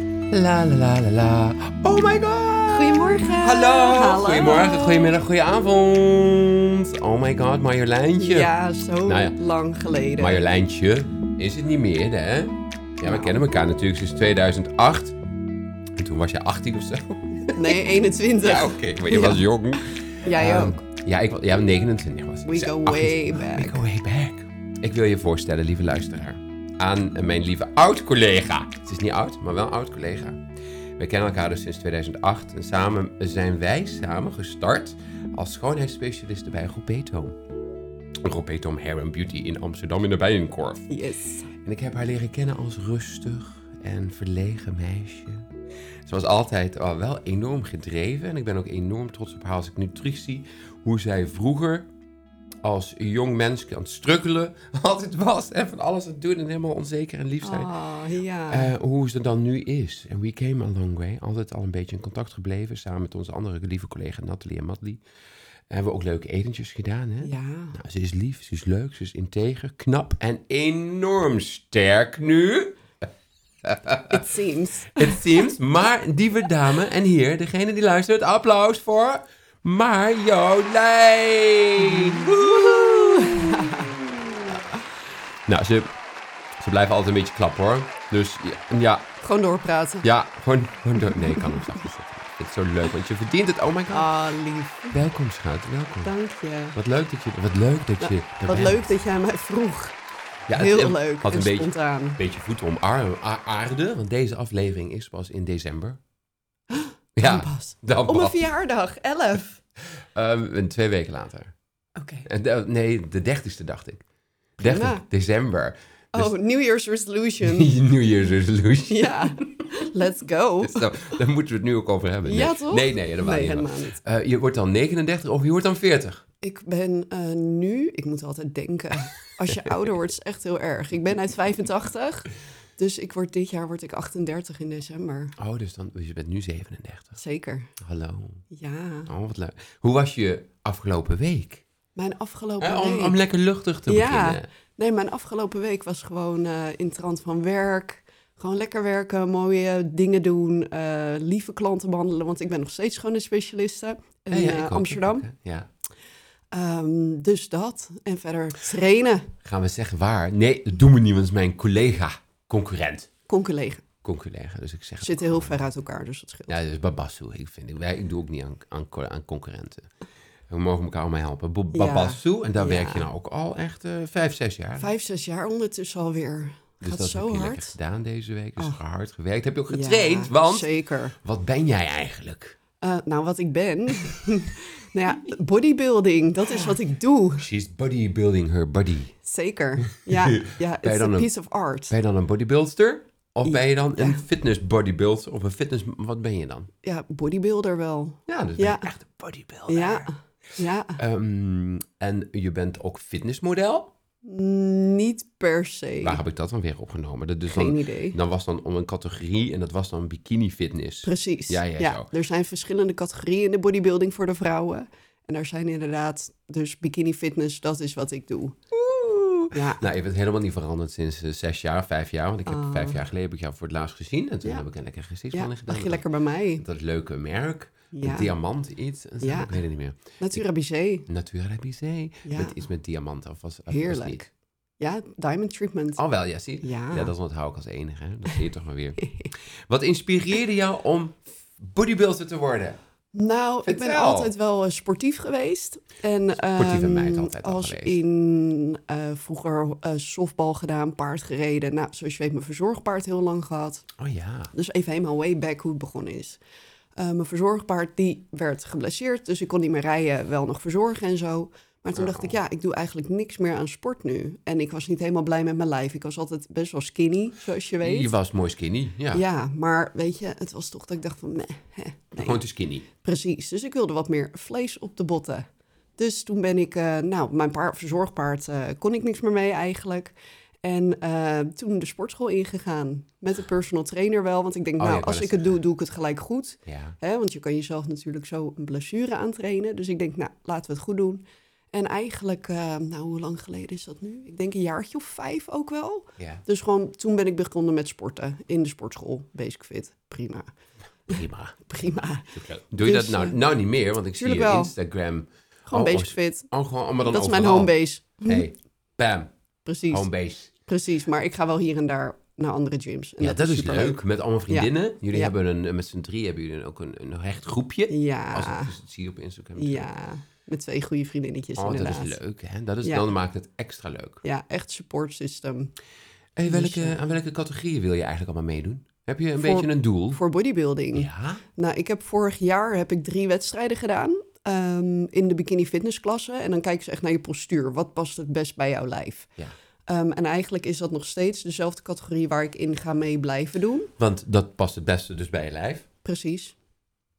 La la la la la. Oh my god! Goedemorgen. Hallo. Goedemorgen, goedemiddag, goedenavond. Oh my god, Marjoleintje. Ja, zo Nou ja. lang geleden. Marjoleintje is het niet meer, hè? Ja, Nou. we kennen elkaar natuurlijk sinds 2008. En toen was jij 18 of zo. Nee, 21. Ja, oké, maar je Ja. was jong. Jij Ehm, ook. Ja, ik was ja, 29 was ik. We Ik zei go 18. way back. We go way back. Ik wil je voorstellen, lieve luisteraar, aan mijn lieve oud-collega. Het is niet oud, maar wel oud-collega. We kennen elkaar dus sinds 2008 en samen zijn wij samen gestart als schoonheidsspecialisten bij Robeto. Robeto Hair and Beauty in Amsterdam in de Bijenkorf. Yes. En ik heb haar leren kennen als rustig en verlegen meisje. Ze was altijd al wel enorm gedreven en ik ben ook enorm trots op haar als ik nu terug zie hoe zij vroeger als jong mens aan het struggelen altijd was en van alles aan het doen en helemaal onzeker en lief zijn. Oh, ja. Eh, hoe ze dan nu is. En we came a long way. Altijd al een beetje in contact gebleven samen met onze andere lieve collega Nathalie en Madly. Eh, Hebben we ook leuke etentjes gedaan, hè? ja. Nou, ze is lief, ze is leuk, ze is integer, knap en enorm sterk nu. It seems. Het seems. Maar die dame en hier, degene die luistert, applaus voor Marjolein. Woehoe. Nou, ze, ze blijven altijd een beetje klappen hoor. Dus ja, ja, Gewoon doorpraten. ja gewoon, gewoon door- Nee, ik kan hem zachtjes zetten. Het is zo leuk, want je verdient het. Oh my god. Ah, lief. Welkom schat, welkom. Dank je. Wat leuk dat je, wat leuk dat je er Wat bent. leuk dat jij mij vroeg. Ja, het- Heel het leuk Had en een beetje, spontaan. beetje voet om aar- a- aarde, want deze aflevering is pas in december. Dan Ja, pas. dan Om pas. een verjaardag. 11. Ehm, en twee weken later. Oké. En de- nee, de 30ste dacht ik. 30 Prima. december. Dus- Oh, New Year's resolution. New Year's resolution. ja. Let's go. Dus dan- daar moeten we het nu ook over hebben. Nee. Ja, toch? Nee, nee, helemaal Nee, niet. helemaal niet. Eh, je wordt dan 39 of je wordt dan 40. Ik ben eh, nu, ik moet altijd denken, als je ouder wordt is echt heel erg. Ik ben uit 85, dus ik word, dit jaar word ik 38 in december. Oh, dus, dan, dus je bent nu 37. Zeker, Hallo. ja. Oh, wat leuk. Hoe was je afgelopen week? Mijn afgelopen Hè, Eh, om, week... om lekker luchtig te ja, beginnen. nee, mijn afgelopen week was gewoon eh in het trant van werk. Gewoon lekker werken, mooie dingen doen, eh, lieve klanten behandelen. Want ik ben nog steeds gewoon een specialiste in Ja, ja, eh, ik ook. Amsterdam. Ja. Ehm, dus dat. En verder trainen, Gaan we zeggen waar? Nee, dat doen we niet, want het is mijn collega, concurrent. con-collega. Conculega, dus ik zeg... het Zitten ook heel gewoon. ver uit elkaar, dus dat scheelt. Ja, dat is Babassu. Ik, vind, ik, wij- ik doe ook niet aan, aan, co- aan concurrenten. We mogen elkaar allemaal helpen. Bo- Ja. Babassu, en daar Ja. werk je nou ook al echt eh, vijf, zes jaar. Vijf, zes jaar ondertussen alweer. dus Gaat dat heb zo je lekker hard. gedaan deze week. Dus Oh. hard gewerkt. Heb je ook Ja, getraind, want Zeker. wat ben jij eigenlijk? Eh, nou, wat ik ben. nou ja, bodybuilding, dat is wat ik doe. She's bodybuilding her body. Zeker. Ja, ja Ben je it's a dan een- piece of art. Ben je dan een bodybuilder? Of ben je dan een fitness bodybuilder? Of een fitness... Wat ben je dan? Ja, bodybuilder wel. Ja, dus Ja. ben je echt een bodybuilder. Ja, ja. Ehm, en je bent ook fitnessmodel? niet per se. Waar heb ik dat dan weer opgenomen? Dat dus Geen dan, idee. Dan was dan om een categorie en dat was dan bikini fitness. Precies. Ja, ja, zo. er zijn verschillende categorieën in de bodybuilding voor de vrouwen. En daar zijn inderdaad, dus bikini fitness, dat is wat ik doe. Ja, Nou, je bent helemaal niet veranderd sinds eh, zes jaar, vijf jaar. Want ik heb vijf jaar geleden heb ik jou voor het laatst gezien. En toen Oh. Ja. heb ik een lekker gezichtsman ja gedaan. lag je lekker bij mij. Dat leuke merk. Ja. Met diamant iets. En zo, Ja. Ik weet het niet meer. Natura Bizet. Natura Bizet. Ja. Met iets met diamant. Of was, of was niet. Heerlijk. Ja, diamond treatment. Oh wel, ja, zie. Ja. dat onthoud ik als enige. hè. Dat zie je toch maar weer. Wat inspireerde jou om bodybuilder te worden? Nou, ik ben Vertel. altijd wel eh, sportief geweest. En, Sportieve ehm, meid altijd al Als geweest. in eh, vroeger eh, softbal gedaan, paard gereden. Nou, zoals je weet, mijn verzorgpaard heel lang gehad. Oh ja. Dus even helemaal way back hoe het begonnen is. Eh, mijn verzorgpaard die werd geblesseerd, dus ik kon niet meer rijden, wel nog verzorgen en zo. Maar Oh. toen dacht ik, ja, ik doe eigenlijk niks meer aan sport nu. En ik was niet helemaal blij met mijn lijf. Ik was altijd best wel skinny, zoals je weet. Je was mooi skinny. Ja. Ja, maar weet je, het was toch dat ik dacht van, meh, hè, nee, Gewoon te skinny. precies. Dus ik wilde wat meer vlees op de botten. Dus toen ben ik, eh, nou, mijn paar, verzorgpaard eh, kon ik niks meer mee eigenlijk. En eh, toen de sportschool ingegaan met een personal trainer wel. Want ik denk, Oh, ja, nou, ik wou als net ik het doe, doe ik het gelijk goed. Ja. Hè, want je kan jezelf natuurlijk zo een blessure aantrainen. Dus ik denk, nou, laten we het goed doen. En eigenlijk, eh, nou, hoe lang geleden is dat nu? Ik denk een jaartje of vijf ook wel. Ja, Dus gewoon, toen ben ik begonnen met sporten in de sportschool. Basic fit. Prima. prima. Prima. Doe je Dus, dat nou, eh, nou niet meer? Want ik zie je tuurlijk wel. Instagram. Gewoon Oh, basic oh, fit. Oh, gewoon allemaal dan Dat is mijn overal. homebase. Hey, bam, Precies. homebase. Precies. Maar ik ga wel hier en daar naar andere gyms. En Ja, dat, is superleuk. leuk. Met allemaal vriendinnen. Jullie Ja. hebben een, met z'n drie hebben jullie ook een, een hecht groepje. Als Ja. ik dus het zie op Instagram. Ja. Met twee goede vriendinnetjes Oh, dat inderdaad. is leuk. Hè? Dat is, Ja. Dan maakt het extra leuk. Ja, echt support system. Hey, Dus, welke, aan welke categorieën wil je eigenlijk allemaal meedoen? Heb je een Voor- beetje een doel? Voor bodybuilding. Ja? Nou, ik heb vorig jaar heb ik drie wedstrijden gedaan ehm, in de bikini fitnessklasse. En dan kijken ze echt naar je postuur. Wat past het best bij jouw lijf? Ja. Ehm, en eigenlijk is dat nog steeds dezelfde categorie waar ik in ga mee blijven doen. Want dat past het beste dus bij je lijf. Precies.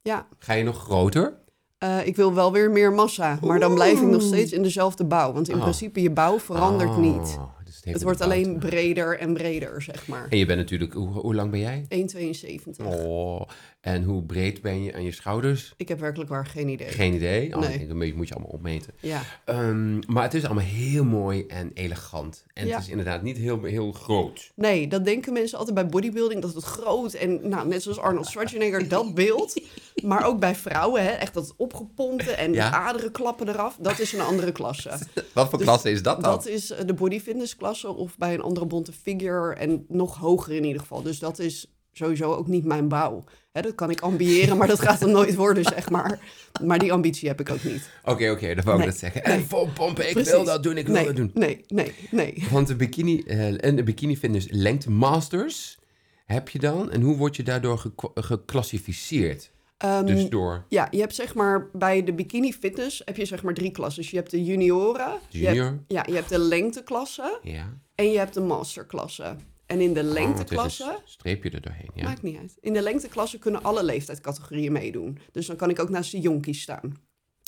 Ja, Ga je nog groter? eh, ik wil wel weer meer massa, maar dan blijf ik nog steeds in dezelfde bouw. Want in Oh. principe, je bouw verandert Oh, niet. dus heeft Het met wordt de alleen bouw te breder en breder, zeg maar. maken. En je bent natuurlijk... Hoe, hoe lang ben jij? 1,72. Oh, en hoe breed ben je aan je schouders? Ik heb werkelijk waar geen idee. Geen idee. Oh, Nee. ik denk, een beetje moet je allemaal opmeten. Ja, Ehm, maar het is allemaal heel mooi en elegant. En Ja. het is inderdaad niet heel, heel groot. nee, dat denken mensen altijd bij bodybuilding, dat het groot en nou, net zoals Arnold Schwarzenegger, dat beeld. Maar ook bij vrouwen, hè, echt dat opgepompte en Ja. de aderen klappen eraf, dat is een andere klasse. Wat voor Dus klasse is dat dan? Dat is eh, de body fitness klasse of bij een andere bonte figure en nog hoger in ieder geval. Dus dat is sowieso ook niet mijn bouw. Hè, dat kan ik ambiëren, maar dat gaat hem nooit worden, zeg maar. Maar die ambitie heb ik ook niet. Oké, oké, dat wou Nee. ik dat zeggen. En vol pompen, ik wil Precies. dat doen, ik wil nee, dat doen. Nee, nee, nee. Want de bikini eh, en de bikini fitness lengte masters heb je dan. En hoe word je daardoor gekwa- geclassificeerd? Ehm, dus door Ja, je hebt zeg maar bij de bikini fitness heb je zeg maar drie klassen. Dus je hebt de junioren, Je hebt, junior. ja, je hebt de lengteklasse Ja. en je hebt de masterklasse. En in de lengteklasse Oh, het is een streepje er doorheen. Ja. Maakt niet uit. In de lengteklasse kunnen alle leeftijdscategorieën meedoen. Dus dan kan ik ook naast de jonkies staan.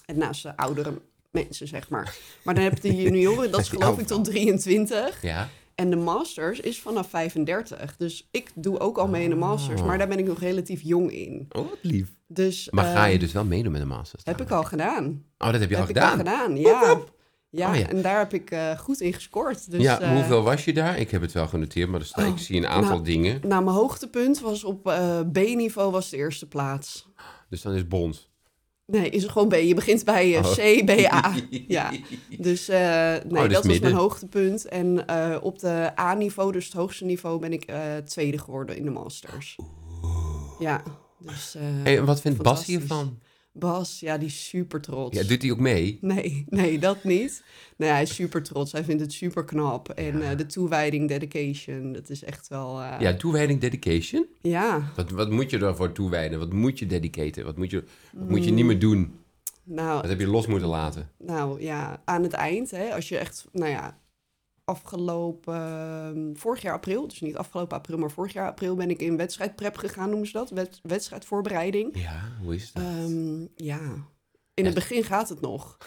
En naast de oudere m- mensen, zeg maar. Maar dan heb je de junioren, dat is Die geloof ik oude tot 23. ja. En de masters is vanaf 35. Dus ik doe ook al mee in de masters, maar daar ben ik nog relatief jong in. Oh, wat lief. Dus Ah. Maar ga eh, je dus wel meedoen met de masters? heb ik al gedaan. Oh, dat heb je al heb gedaan. ik al gedaan, ja. Ja, Oh, ja. en daar heb ik eh, goed in gescoord. Dus, ja, eh, hoeveel was je daar? Ik heb het wel genoteerd, maar er staan- ik zie een aantal nou. dingen. Nou, mijn hoogtepunt was op eh, B-niveau was de eerste plaats. Dus dan is bond. Nee, is het gewoon B. Je begint bij eh, Oh. C, B, A. Ja. Dus eh, nee, is dat was midden. mijn hoogtepunt. En eh, op de A-niveau, dus het hoogste niveau, ben ik eh, tweede geworden in de Masters. Ja, dus eh, Hey, en wat vindt Bas Fantastisch. hiervan? Bas, ja, die is super trots. Ja, doet hij ook mee? Nee, nee, dat niet. Nee, hij is super trots. Hij vindt het super knap. En eh, de toewijding, dedication, dat is echt wel... eh, Ja, toewijding, dedication. ja, Wat, wat moet je daarvoor toewijden? Wat moet je dedicaten? Wat moet je, wat moet je niet meer doen? nou, Wat heb je los moeten laten? Nou ja, aan het eind, hè, als je echt, nou ja, afgelopen, ehm, vorig jaar april, dus niet afgelopen april, maar vorig jaar april ben ik in wedstrijdprep gegaan, noemen ze dat, wed- wedstrijdvoorbereiding. Ja, hoe is dat? Ehm, ja, in het begin gaat het nog.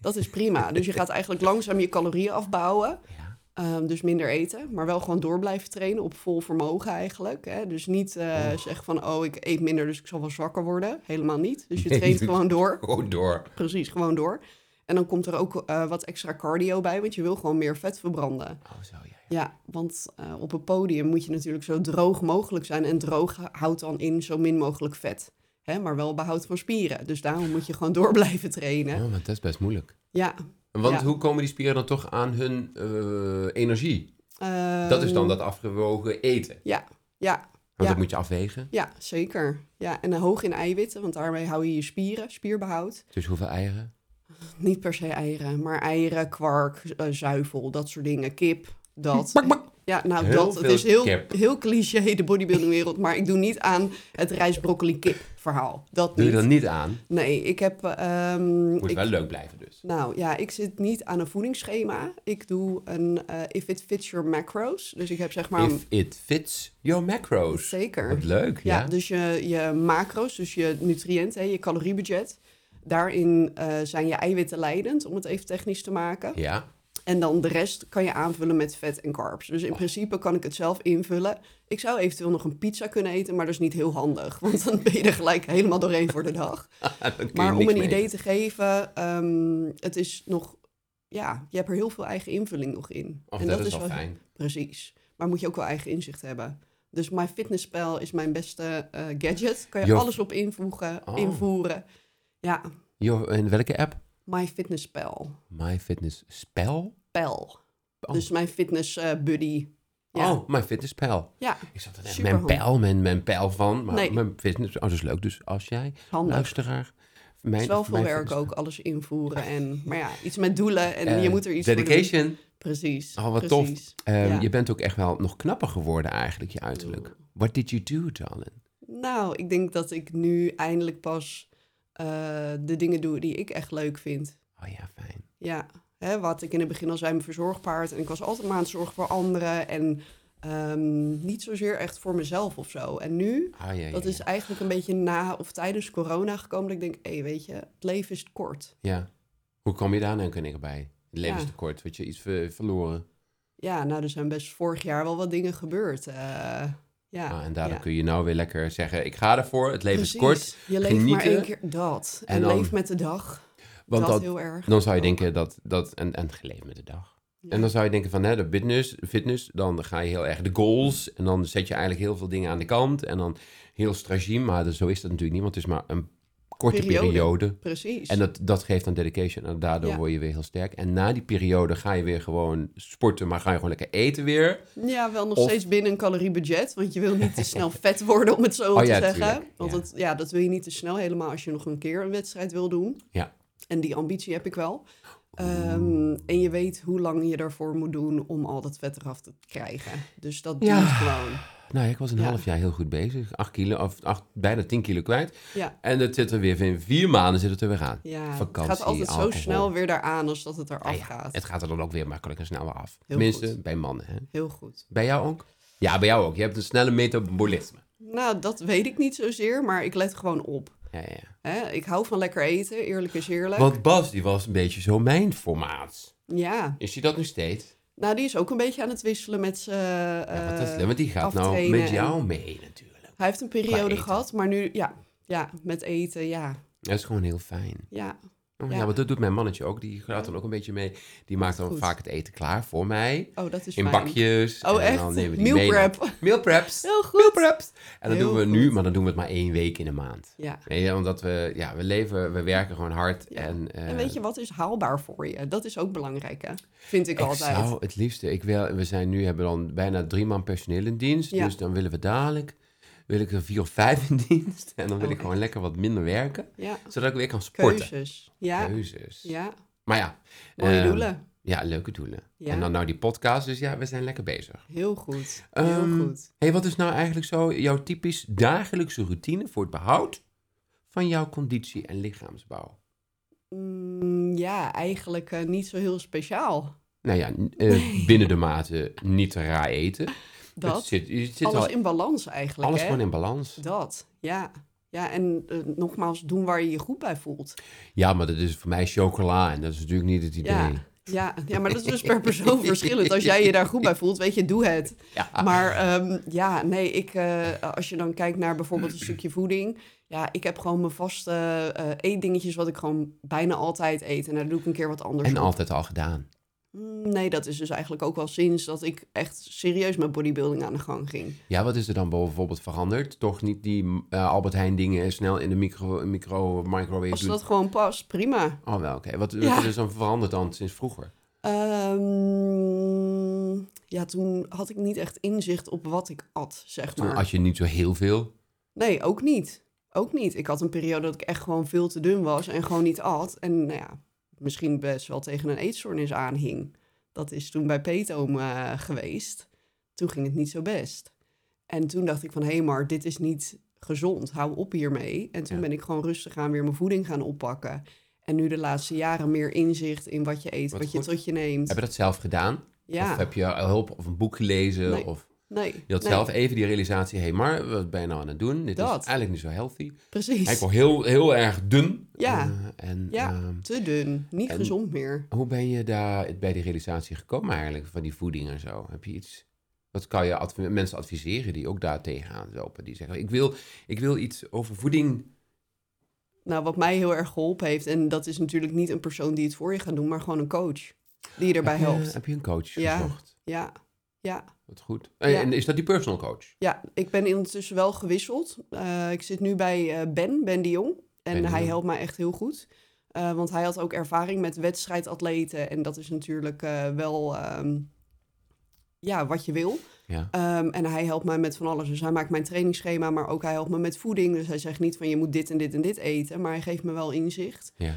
Dat is prima. Dus je gaat eigenlijk langzaam je calorieën afbouwen. ja. Ehm, dus minder eten, maar wel gewoon door blijven trainen op vol vermogen eigenlijk. Hè? Dus niet eh, zeggen van, oh, ik eet minder, dus ik zal wel zwakker worden. Helemaal niet. Dus je Nee, Oh. traint doe- gewoon door. Gewoon door. Precies, gewoon door. En dan komt er ook eh, wat extra cardio bij, want je wil gewoon meer vet verbranden. Oh, zo, ja, ja. Ja, want eh, op een podium moet je natuurlijk zo droog mogelijk zijn. En droog houdt dan in zo min mogelijk vet. Hè, maar wel behoud van spieren. Dus daarom moet je gewoon door blijven trainen. Oh, maar dat is best moeilijk. Ja. Want Ja. hoe komen die spieren dan toch aan hun eh, energie? Dat is ehm, dan dat afgewogen eten. Want Ja, ja, Oh, dat Ja. moet je afwegen. ja, zeker. Ja, en hoog in eiwitten, want daarmee hou je je spieren, spierbehoud. Dus hoeveel eieren? Niet per se eieren, maar eieren, kwark, eh, zuivel, dat soort dingen. Kip, dat. Bak, bak. Ja, nou Heel dat. Het veel is heel, kip. heel cliché, de bodybuildingwereld. Maar ik doe niet aan het rijstbroccoli-kip verhaal. Dat Doe je niet. dat niet aan? Nee, ik heb... ehm, Moet ik- wel leuk blijven dus. nou ja, ik zit niet aan een voedingsschema. Ik doe een eh, if it fits your macros. Dus ik heb zeg maar... If it fits your macros. Zeker. Wat leuk, ja. Ja, dus je, je macro's, dus je nutriënten, hè, je caloriebudget. Daarin eh, zijn je eiwitten leidend, om het even technisch te maken. Ja, En dan de rest kan je aanvullen met vet en carbs. Dus in principe kan ik het zelf invullen. Ik zou eventueel nog een pizza kunnen eten, maar dat is niet heel handig. Want dan ben je er gelijk helemaal doorheen voor de dag. Dan kun je Maar om niks een mee idee eten. te geven, ehm, het is nog ja, je hebt er heel veel eigen invulling nog in. Och, Oh, dat, is wel fijn. Precies. Maar moet je ook wel eigen inzicht hebben. Dus MyFitnessPal is mijn beste eh, gadget. Kan je Jo. alles op invoegen, Oh. invoeren. Ja, Jo, in welke app? MyFitnessPal. MyFitnessPal? Pal. Oh. Dus mijn fitness eh, buddy. Ja. Oh, MyFitnessPal. ja, Ik zat er echt mijn Superhandig. pijl, mijn, mijn pijl van. Maar Nee. mijn fitness, oh, dat is leuk. Dus als jij, handig. luisteraar... Mijn, Het is wel veel mijn werk fitness- ook, alles invoeren. En, maar ja, iets met doelen en je Eh, moet er iets voor Dedication. doen. Precies. Oh, wat tof. precies. Ehm, Ja. Je bent ook echt wel nog knapper geworden eigenlijk, je uiterlijk. What did you do, darling? Nou, ik denk dat ik nu eindelijk pas eh, de dingen doe die ik echt leuk vind. Oh ja, fijn. Ja, hè, wat ik in het begin al zei, mijn verzorgpaard. En ik was altijd maar aan het zorgen voor anderen. En ehm, niet zozeer echt voor mezelf of zo. En nu, Oh, ja, ja, dat ja. is eigenlijk een beetje na of tijdens corona gekomen. Dat ik denk, hé, weet je, het leven is kort. Ja. Hoe kom je daar nou kunnen bij? Het levenstekort, word je iets ver- verloren. Ja, nou, er zijn best vorig jaar wel wat dingen gebeurd. eh, ja. Ah, en daardoor ja. kun je nou weer lekker zeggen, ik ga ervoor, het leven is kort. Precies. Je leeft maar genieten. één keer dat. En, En dan- leef met de dag. Want dat, dat, heel erg. dan zou je denken dat, dat en, en geleefd met de dag. Ja. En dan zou je denken van, hè, de fitness, fitness, dan ga je heel erg de goals. En dan zet je eigenlijk heel veel dingen aan de kant. En dan heel strategie, maar dat- zo is dat natuurlijk niet, want het is maar een korte Periode. periode. Precies. En dat, dat geeft dan dedication en daardoor Ja. word je weer heel sterk. En na die periode ga je weer gewoon sporten, maar ga je gewoon lekker eten weer. Ja, wel nog Of- steeds binnen een caloriebudget. Want je wil niet te snel vet worden, om het zo Oh te ja, zeggen. tuurlijk, Want ja. Dat, ja, dat wil je niet te snel helemaal als je nog een keer een wedstrijd wil doen. Ja. En die ambitie heb ik wel. Ehm, en je weet hoe lang je daarvoor moet doen om al dat vet eraf te krijgen. Dus dat Ja. doet gewoon. Nou, ja, ik was een Ja. half jaar heel goed bezig. Acht kilo, of acht, bijna tien kilo kwijt. Ja. En dat zit er weer in vier maanden zit het er weer aan. Ja, Vakantie, het gaat altijd alcohol. zo snel weer daaraan als dat het Nou eraf ja, gaat. het gaat er dan ook weer makkelijk en snel weer af. Heel Tenminste, goed. bij mannen. Hè? Heel goed. Bij jou ook? Ja, bij jou ook. Je hebt een snelle metabolisme. Nou, dat weet ik niet zozeer, maar ik let gewoon op. Ja, ja, ja. Hè? Ik hou van lekker eten, eerlijk is eerlijk. Want Bas, die was een beetje zo mijn formaat. Ja, Is hij dat nog steeds? nou die is ook een beetje aan het wisselen met zijn... Ja, want dat is eh, leuk, want die gaat nou aftrainen met jou en- mee natuurlijk. Hij heeft een Qua periode eten. gehad, maar nu, ja, ja, met eten, ja, Dat is gewoon heel fijn. ja. Oh, ja. Ja. want dat doet mijn mannetje ook. Die gaat dan ook een beetje mee. Die maakt dan Goed. vaak het eten klaar voor mij. Oh, dat is In fijn. bakjes. Oh, en Dan echt? nemen we die Meal mee naar- prep. Meal preps. Heel goed. Meal preps. En dat Heel doen we nu, goed. maar dan doen we het maar één week in de maand. Ja. Weet je, omdat we, ja, we leven, we werken gewoon hard. Ja. En, eh, En weet je, wat is haalbaar voor je? Dat is ook belangrijk, hè? Vind ik, ik altijd. zou het liefste, ik wil, we zijn nu, hebben dan bijna drie man personeel in dienst. Ja. Dus dan willen we dadelijk, wil ik er vier of vijf in dienst. En dan wil Oh, ik gewoon lekker wat minder werken. Ja, Zodat ik weer kan sporten. keuzes. Ja, Keuzes. ja. Maar ja. Mooie ehm, doelen. Ja, leuke doelen. Ja. En dan nou die podcast, dus ja, we zijn lekker bezig. Heel goed. Ehm, Heel goed. hey, wat is nou eigenlijk zo jouw typisch dagelijkse routine voor het behoud van jouw conditie en lichaamsbouw? Mm, ja, eigenlijk eh, niet zo heel speciaal. Nou ja, n- eh, binnen de mate niet te raar eten. Het Dat. zit, het zit Alles al, in balans eigenlijk. alles hè? gewoon in balans. Dat, ja. Ja, en eh, nogmaals, doen waar je je goed bij voelt. Ja, maar dat is voor mij chocola en dat is natuurlijk niet het idee. Ja, ja, ja, maar dat is dus per persoon verschillend. Als jij je daar goed bij voelt, weet je, doe het. Ja. Maar ehm, ja, nee, ik, eh, als je dan kijkt naar bijvoorbeeld een stukje voeding. Ja, ik heb gewoon mijn vaste eh, eetdingetjes wat ik gewoon bijna altijd eet. En daar doe ik een keer wat anders En op. altijd al gedaan. Mm, Nee, dat is dus eigenlijk ook wel sinds dat ik echt serieus met bodybuilding aan de gang ging. Ja, wat is er dan bijvoorbeeld veranderd? Toch niet die eh, Albert Heijn dingen snel in de micro, micro microwave Als doen? dat gewoon past, prima. Oh, wel, oké. Wat, wat Ja. is er dan veranderd dan sinds vroeger? Ehm, ja, toen had ik niet echt inzicht op wat ik at, zeg Toen maar. at je niet zo heel veel. Nee, ook niet. Ook niet. Ik had een periode dat ik echt gewoon veel te dun was en gewoon niet at. En nou ja, misschien best wel tegen een eetstoornis aanhing. Dat is toen bij Peetoom eh, geweest. Toen ging het niet zo best. En toen dacht ik van, hé, maar dit is niet gezond. Hou op hiermee. En toen Ja. ben ik gewoon rustig aan weer mijn voeding gaan oppakken. En nu de laatste jaren meer inzicht in wat je eet, Wat wat, je goed. tot je neemt. Heb je dat zelf gedaan? ja, Of heb je eh, hulp of een boek gelezen? Nee. Of nee. je had nee, zelf even die realisatie, hé, maar wat ben je nou aan het doen? Dit is Dat. eigenlijk niet zo healthy. Precies. Hij wel heel, heel erg dun. Ja. Eh, en Ja. ehm, Te dun. Niet En- gezond meer. hoe ben je daar bij die realisatie gekomen eigenlijk, van die voeding en zo? Heb je iets, wat kan je adv- mensen adviseren die ook daar tegenaan lopen? Die zeggen, ik wil, ik wil iets over voeding. Nou, wat mij heel erg geholpen heeft, en dat is natuurlijk niet een persoon die het voor je gaat doen, maar gewoon een coach. die je erbij heb je, helpt. Heb je een coach Ja. gezocht? Ja, ja. Wat goed. Eh, Ja. En is dat die personal coach? Ja, ik ben intussen wel gewisseld. Eh, ik zit nu bij eh, Ben, Ben de Jong. En Ben de hij Jong. helpt mij echt heel goed. Eh, want hij had ook ervaring met wedstrijdatleten. En dat is natuurlijk eh, wel ehm, ja, wat je wil. Ja. Ehm, en hij helpt mij met van alles. Dus hij maakt mijn trainingsschema, maar ook hij helpt me met voeding. Dus hij zegt niet van je moet dit en dit en dit eten. Maar hij geeft me wel inzicht. ja.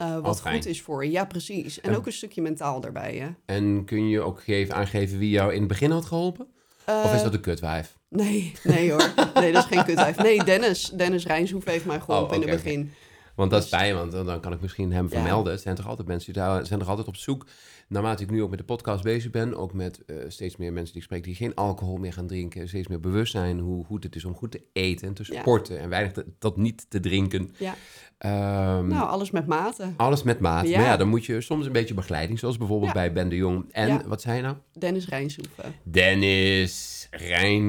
eh, Al wat fijn. goed is voor je. Ja, precies. En En- ook een stukje mentaal daarbij. Hè? En kun je ook geven, aangeven wie jou in het begin had geholpen? of Eh. is dat een kutwijf? Nee, nee hoor. Nee, dat is geen kutwijf. Nee, Dennis. Dennis Rijnshoef heeft mij geholpen Oh, in oké, het oké. begin. Want dat is bij, want dan, dan kan ik misschien hem Ja. vermelden. Het zijn toch altijd mensen die daar, zijn toch altijd op zoek. Naarmate ik nu ook met de podcast bezig ben, ook met eh, steeds meer mensen die ik spreek die geen alcohol meer gaan drinken, steeds meer bewust zijn hoe goed het is om goed te eten en te Ja. sporten en weinig te- dat niet te drinken. Ja. Ehm, Nou, alles met mate. Alles met maat. Nou, Ja. Maar ja, dan moet je soms een beetje begeleiding, zoals bijvoorbeeld Ja. bij Ben de Jong. En Ja. wat zei je nou? Dennis eh. Rijnshoeven. Dennis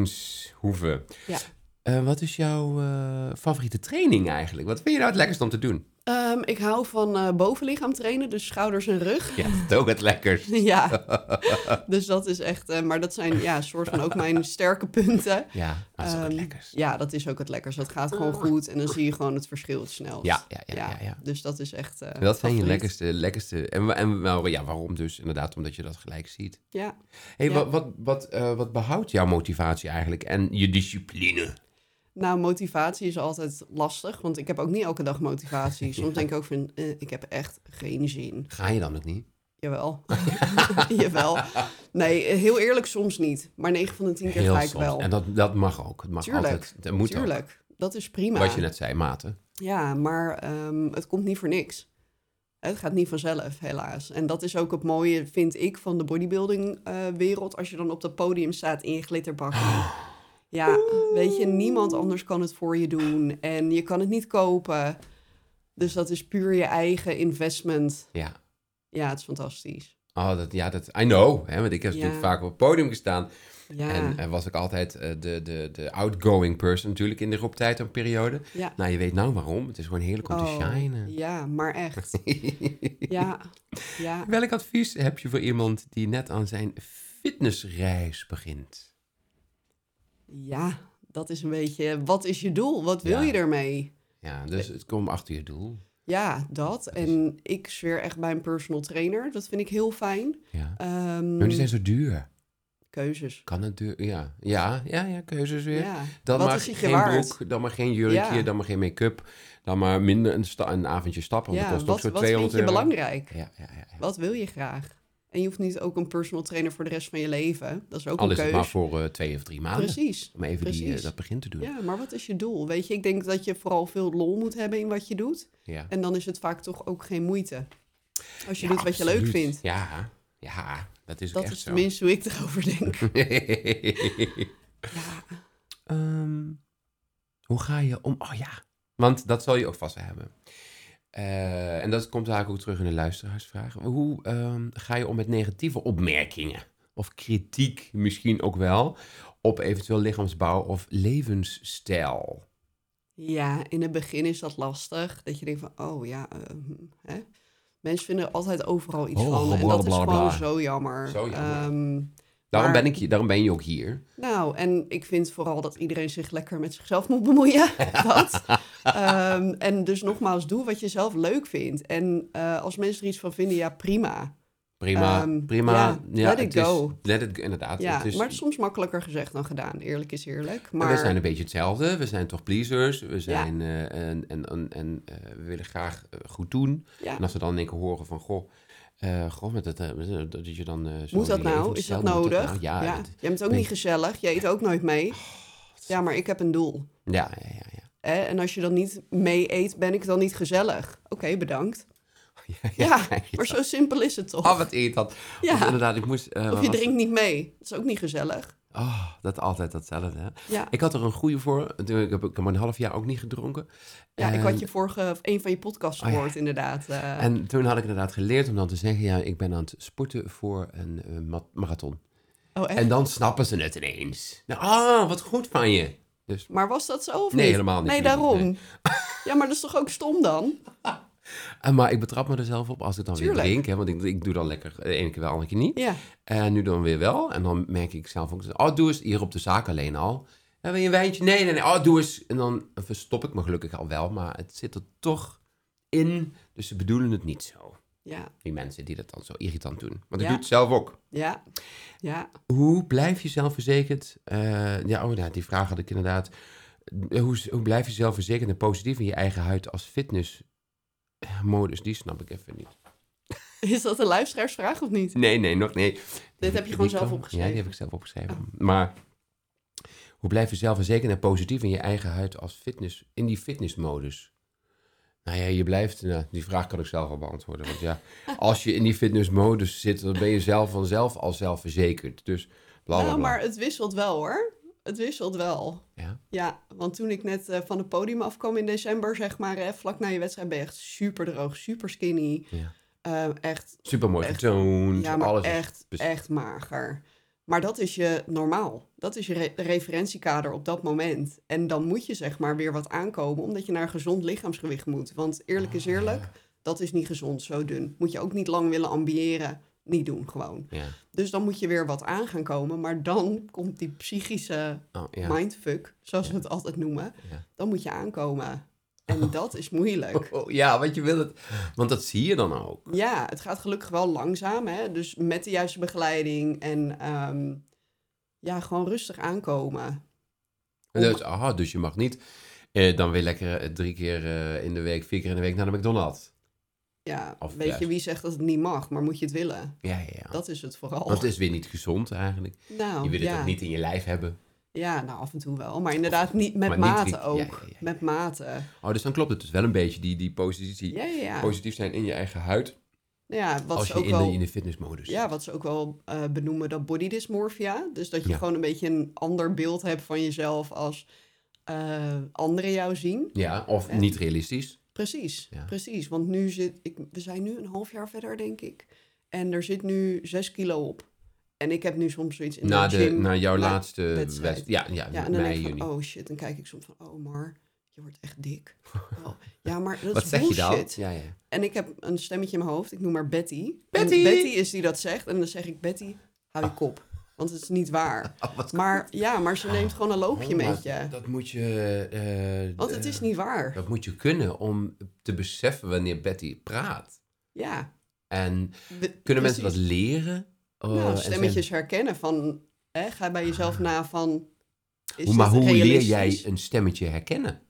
Rijnshoeven. Ja. Eh, wat is jouw eh, favoriete training eigenlijk? Wat vind je nou het lekkerst om te doen? Ehm, ik hou van eh, bovenlichaam trainen, dus schouders en rug. Ja, dat is ook het lekkerst. ja, dus dat is echt... eh, maar dat zijn ja, soort van ook mijn sterke punten. Ja, maar dat is ook het Ehm, lekkerst. Ja, dat is ook het lekkers. Dat gaat gewoon goed en dan zie je gewoon het verschil het snelst. Ja, ja, ja, ja, ja. Dus dat is echt... Dat eh, zijn je favoriet. lekkerste, lekkerste. En, wa- en wel- ja, waarom dus? Inderdaad, omdat je dat gelijk ziet. Ja. hey, Ja. wat, wat, wat, eh, wat behoudt jouw motivatie eigenlijk en je discipline? Nou, motivatie is altijd lastig, want ik heb ook niet elke dag motivatie. Soms denk ik ook van, eh, ik heb echt geen zin. Ga je dan ook niet? Jawel. Jawel. Nee, eh, heel eerlijk, soms niet. Maar 9 van de 10 keer ga ik soms. wel. En dat, dat mag ook. Het mag Tuurlijk, altijd. Dat moet ook. Tuurlijk. Dat is prima. Wat je net zei, maten. Ja, maar ehm, het komt niet voor niks. Het gaat niet vanzelf, helaas. En dat is ook het mooie, vind ik, van de bodybuilding-wereld. als je dan op dat podium staat in je glitterbak. Ja, weet je, niemand anders kan het voor je doen. En je kan het niet kopen. Dus dat is puur je eigen investment. Ja. Ja, het is fantastisch. Oh, dat, ja, dat, I know. Hè, want ik heb Ja. natuurlijk vaak op het podium gestaan. Ja, En eh, was ik altijd eh, de, de, de outgoing person natuurlijk in de op tijd een periode. ja. Nou, je weet nou waarom. Het is gewoon heerlijk om te Oh, shinen. Ja, maar echt. Ja, ja. Welk advies heb je voor iemand die net aan zijn fitnessreis begint? Ja, dat is een beetje. Wat is je doel? Wat wil Ja. je ermee? Ja, dus het komt achter je doel. Ja, dat. En ik zweer echt bij een personal trainer. Dat vind ik heel fijn. Ja. Ehm, Maar die zijn zo duur. Keuzes. Kan het duur? Ja, ja, ja, ja keuzes weer. Ja. Dan Wat maar is het je geen waard? broek, dan maar geen jurkje, Ja. dan maar geen make-up. Dan maar minder een, sta- een avondje stappen, want Ja, dat kost wat, ook zo'n wat vind 200 euro. je belangrijk? Ja, ja, ja. ja. Wat wil je graag? En je hoeft niet ook een personal trainer voor de rest van je leven. Dat is ook Al een is het maar keuze. voor eh, twee of drie maanden. Precies. Om even die, eh, Precies. dat begin te doen. Ja. Ja, maar wat is je doel? Weet je, ik denk dat je vooral veel lol moet hebben in wat je doet. En dan is het vaak toch ook geen moeite. Als je Ja, doet wat je absoluut. leuk vindt. Ja, ja dat is ook Dat echt is zo. tenminste hoe ik erover denk. ja. Ehm, hoe ga je om? Oh ja, want dat zal je ook vast hebben. Eh, en dat komt eigenlijk ook terug in de luisteraarsvraag. Hoe ehm, ga je om met negatieve opmerkingen? Of kritiek misschien ook wel. Op eventueel lichaamsbouw of levensstijl. Ja, in het begin is dat lastig. Dat je denkt van, oh ja, eh, hm, hè? mensen vinden altijd overal iets Oh, van. En dat is blablabla. gewoon zo jammer. Zo jammer. Ehm, Daarom, Maar- ben ik, je- daarom ben je ook hier. nou, en ik vind vooral dat iedereen zich lekker met zichzelf moet bemoeien. dat. Ehm, en dus nogmaals, doe wat je zelf leuk vindt. En eh, als mensen er iets van vinden, ja prima. Prima, Ehm, prima. ja, let het it go. Is, let it go, inderdaad. Ja, het is, maar het is soms makkelijker gezegd dan gedaan. Eerlijk is eerlijk. Maar Maar we zijn een beetje hetzelfde. We zijn toch pleasers. We zijn eh, en, en, en, en, eh, we willen graag eh, goed doen. ja. En als we dan in één keer horen van goh, eh, goh met dat, eh, met dat- dat je dan eh, zo Moet dat je nou? leven Is dat bestelt, moet nodig? nou? ja. Ja, het- Oh, Jij bent ook nee. niet gezellig. Je eet ook nooit mee. Ja, maar ik heb een doel. ja, ja, ja, ja. Hè? En als je dan niet mee eet, ben ik dan niet gezellig. Oké, bedankt. Ja, Ja, ja, ja. maar zo simpel is het toch? Oh, wat eet dat? Ja. Want inderdaad, ik moest... eh, of je was- drinkt niet mee. Dat is ook niet gezellig. Oh, dat altijd datzelfde. Hè? Ja, Ik had er een goede voor. Ik heb, ik heb maar een half jaar ook niet gedronken. ja ik En- had je vorige, of een van je podcasts Eh, Oh ja. gehoord, inderdaad. eh. En toen had ik inderdaad geleerd om dan te zeggen... ja, ik ben aan het sporten voor een eh, ma- marathon. oh, echt? En dan snappen ze het ineens. Nou, ah, wat goed van je. Dus Maar was dat zo of Nee, niet? helemaal niet. Nee, Nee, daarom. nee. Ja, maar dat is toch ook stom dan? Eh, maar ik betrap me er zelf op als ik dan weer Tuurlijk. drink. Hè, want ik, ik doe dan lekker de ene keer wel, de andere keer niet. Ja, En nu dan weer wel. En dan merk ik zelf ook, oh, doe eens hier op de zaak alleen al. En wil je een wijntje? Nee, nee, nee. Oh, doe eens. En dan verstop ik me gelukkig al wel, maar het zit er toch in. Dus ze bedoelen het niet zo. ja, Die mensen die dat dan zo irritant doen. Want ik Ja. doe het zelf ook. ja, ja. Hoe blijf je zelfverzekerd? Eh, ja, oh, ja, die vraag had ik inderdaad. Eh, Hoe, hoe blijf je zelfverzekerd en positief in je eigen huid als fitnessmodus? Die snap ik even niet. Is dat een luisteraarsvraag of niet? Nee, nee, nog nee. Dit heb je gewoon Die zelf kwam- opgeschreven? Ja, die heb ik zelf opgeschreven. Maar hoe blijf je zelfverzekerd en positief in je eigen huid als fitness, in die fitnessmodus? Nou ja, je blijft, nou, die vraag kan ik zelf al beantwoorden. Want ja, als je in die fitnessmodus zit, dan ben je zelf vanzelf al zelfverzekerd. Dus bla bla nou, bla. maar het wisselt wel hoor. Het wisselt wel. Ja? Ja, want toen ik net eh, van het podium afkwam in december, zeg maar, hè, vlak na je wedstrijd ben je echt super droog, super skinny. Ja. Eh, echt, Supermooi Echt. vertoond. ja, maar alles is echt, bes- echt mager. Maar dat is je normaal. Dat is je re- referentiekader op dat moment. En dan moet je zeg maar weer wat aankomen, omdat je naar een gezond lichaamsgewicht moet. Want eerlijk Ah, is eerlijk, dat is niet gezond, zo dun. Moet je ook niet lang willen ambiëren. Niet doen gewoon. Ja. Dus dan moet je weer wat aan gaan komen. Maar dan komt die psychische Oh, ja. mindfuck, zoals we het altijd noemen. Ja. Dan moet je aankomen. En dat is moeilijk. Oh, ja, want je wil het. Want dat zie je dan ook. Ja, het gaat gelukkig wel langzaam. Hè? Dus met de juiste begeleiding en ehm, ja, gewoon rustig aankomen. Om- Dus, aha, dus je mag niet eh, dan weer lekker eh, drie keer eh, in de week, vier keer in de week naar de McDonald's. Ja, Of weet juist. je wie zegt dat het niet mag, maar moet je het willen? Ja, ja, ja. Dat is het vooral. Want het is weer niet gezond eigenlijk. nou, je wil het ja. ook niet in je lijf hebben. Ja, nou af en toe wel. Maar inderdaad niet met Maar niet mate drie- ja, ook. ja, ja, ja. Met mate. Oh, dus dan klopt het dus wel een beetje, die, die positie, Ja, ja, ja. positief zijn in je eigen huid. ja wat als ze je ook in, wel... de, in de fitnessmodus Ja, wat ze ook wel eh, benoemen, dat body dysmorphia. Dus dat je Ja. gewoon een beetje een ander beeld hebt van jezelf als eh, anderen jou zien. zit. Ja, of Ja. niet realistisch. Precies, Ja. precies. Want nu zit, ik, we zijn nu een half jaar verder, denk ik. En er zit nu zes kilo op. En ik heb nu soms zoiets in Na, de de, gym. na jouw na laatste wedstrijd. wedstrijd. Ja, ja, ja, en dan mei, denk ik juni. van, oh shit, dan kijk ik soms van, oh maar, je wordt echt dik. Oh, ja, maar dat Wat is zeg je bullshit. dan? Ja, ja. En ik heb een stemmetje in mijn hoofd. Ik noem haar Betty. En Betty! Ah. Betty is die dat zegt. En dan zeg ik, Betty, hou je kop. Want het is niet waar. Oh, wat Maar ja, maar ze neemt gewoon een loopje Oh, maar met je. Dat moet je... eh, Want het is niet waar. Dat moet je kunnen om te beseffen wanneer Betty praat. Ja. En We- kunnen precies. mensen dat leren? Oh, en Nou, zijn- stemmetjes herkennen van... Hè, ga bij jezelf na van... Is Hoe, maar dit hoe leer realistisch? jij een stemmetje herkennen?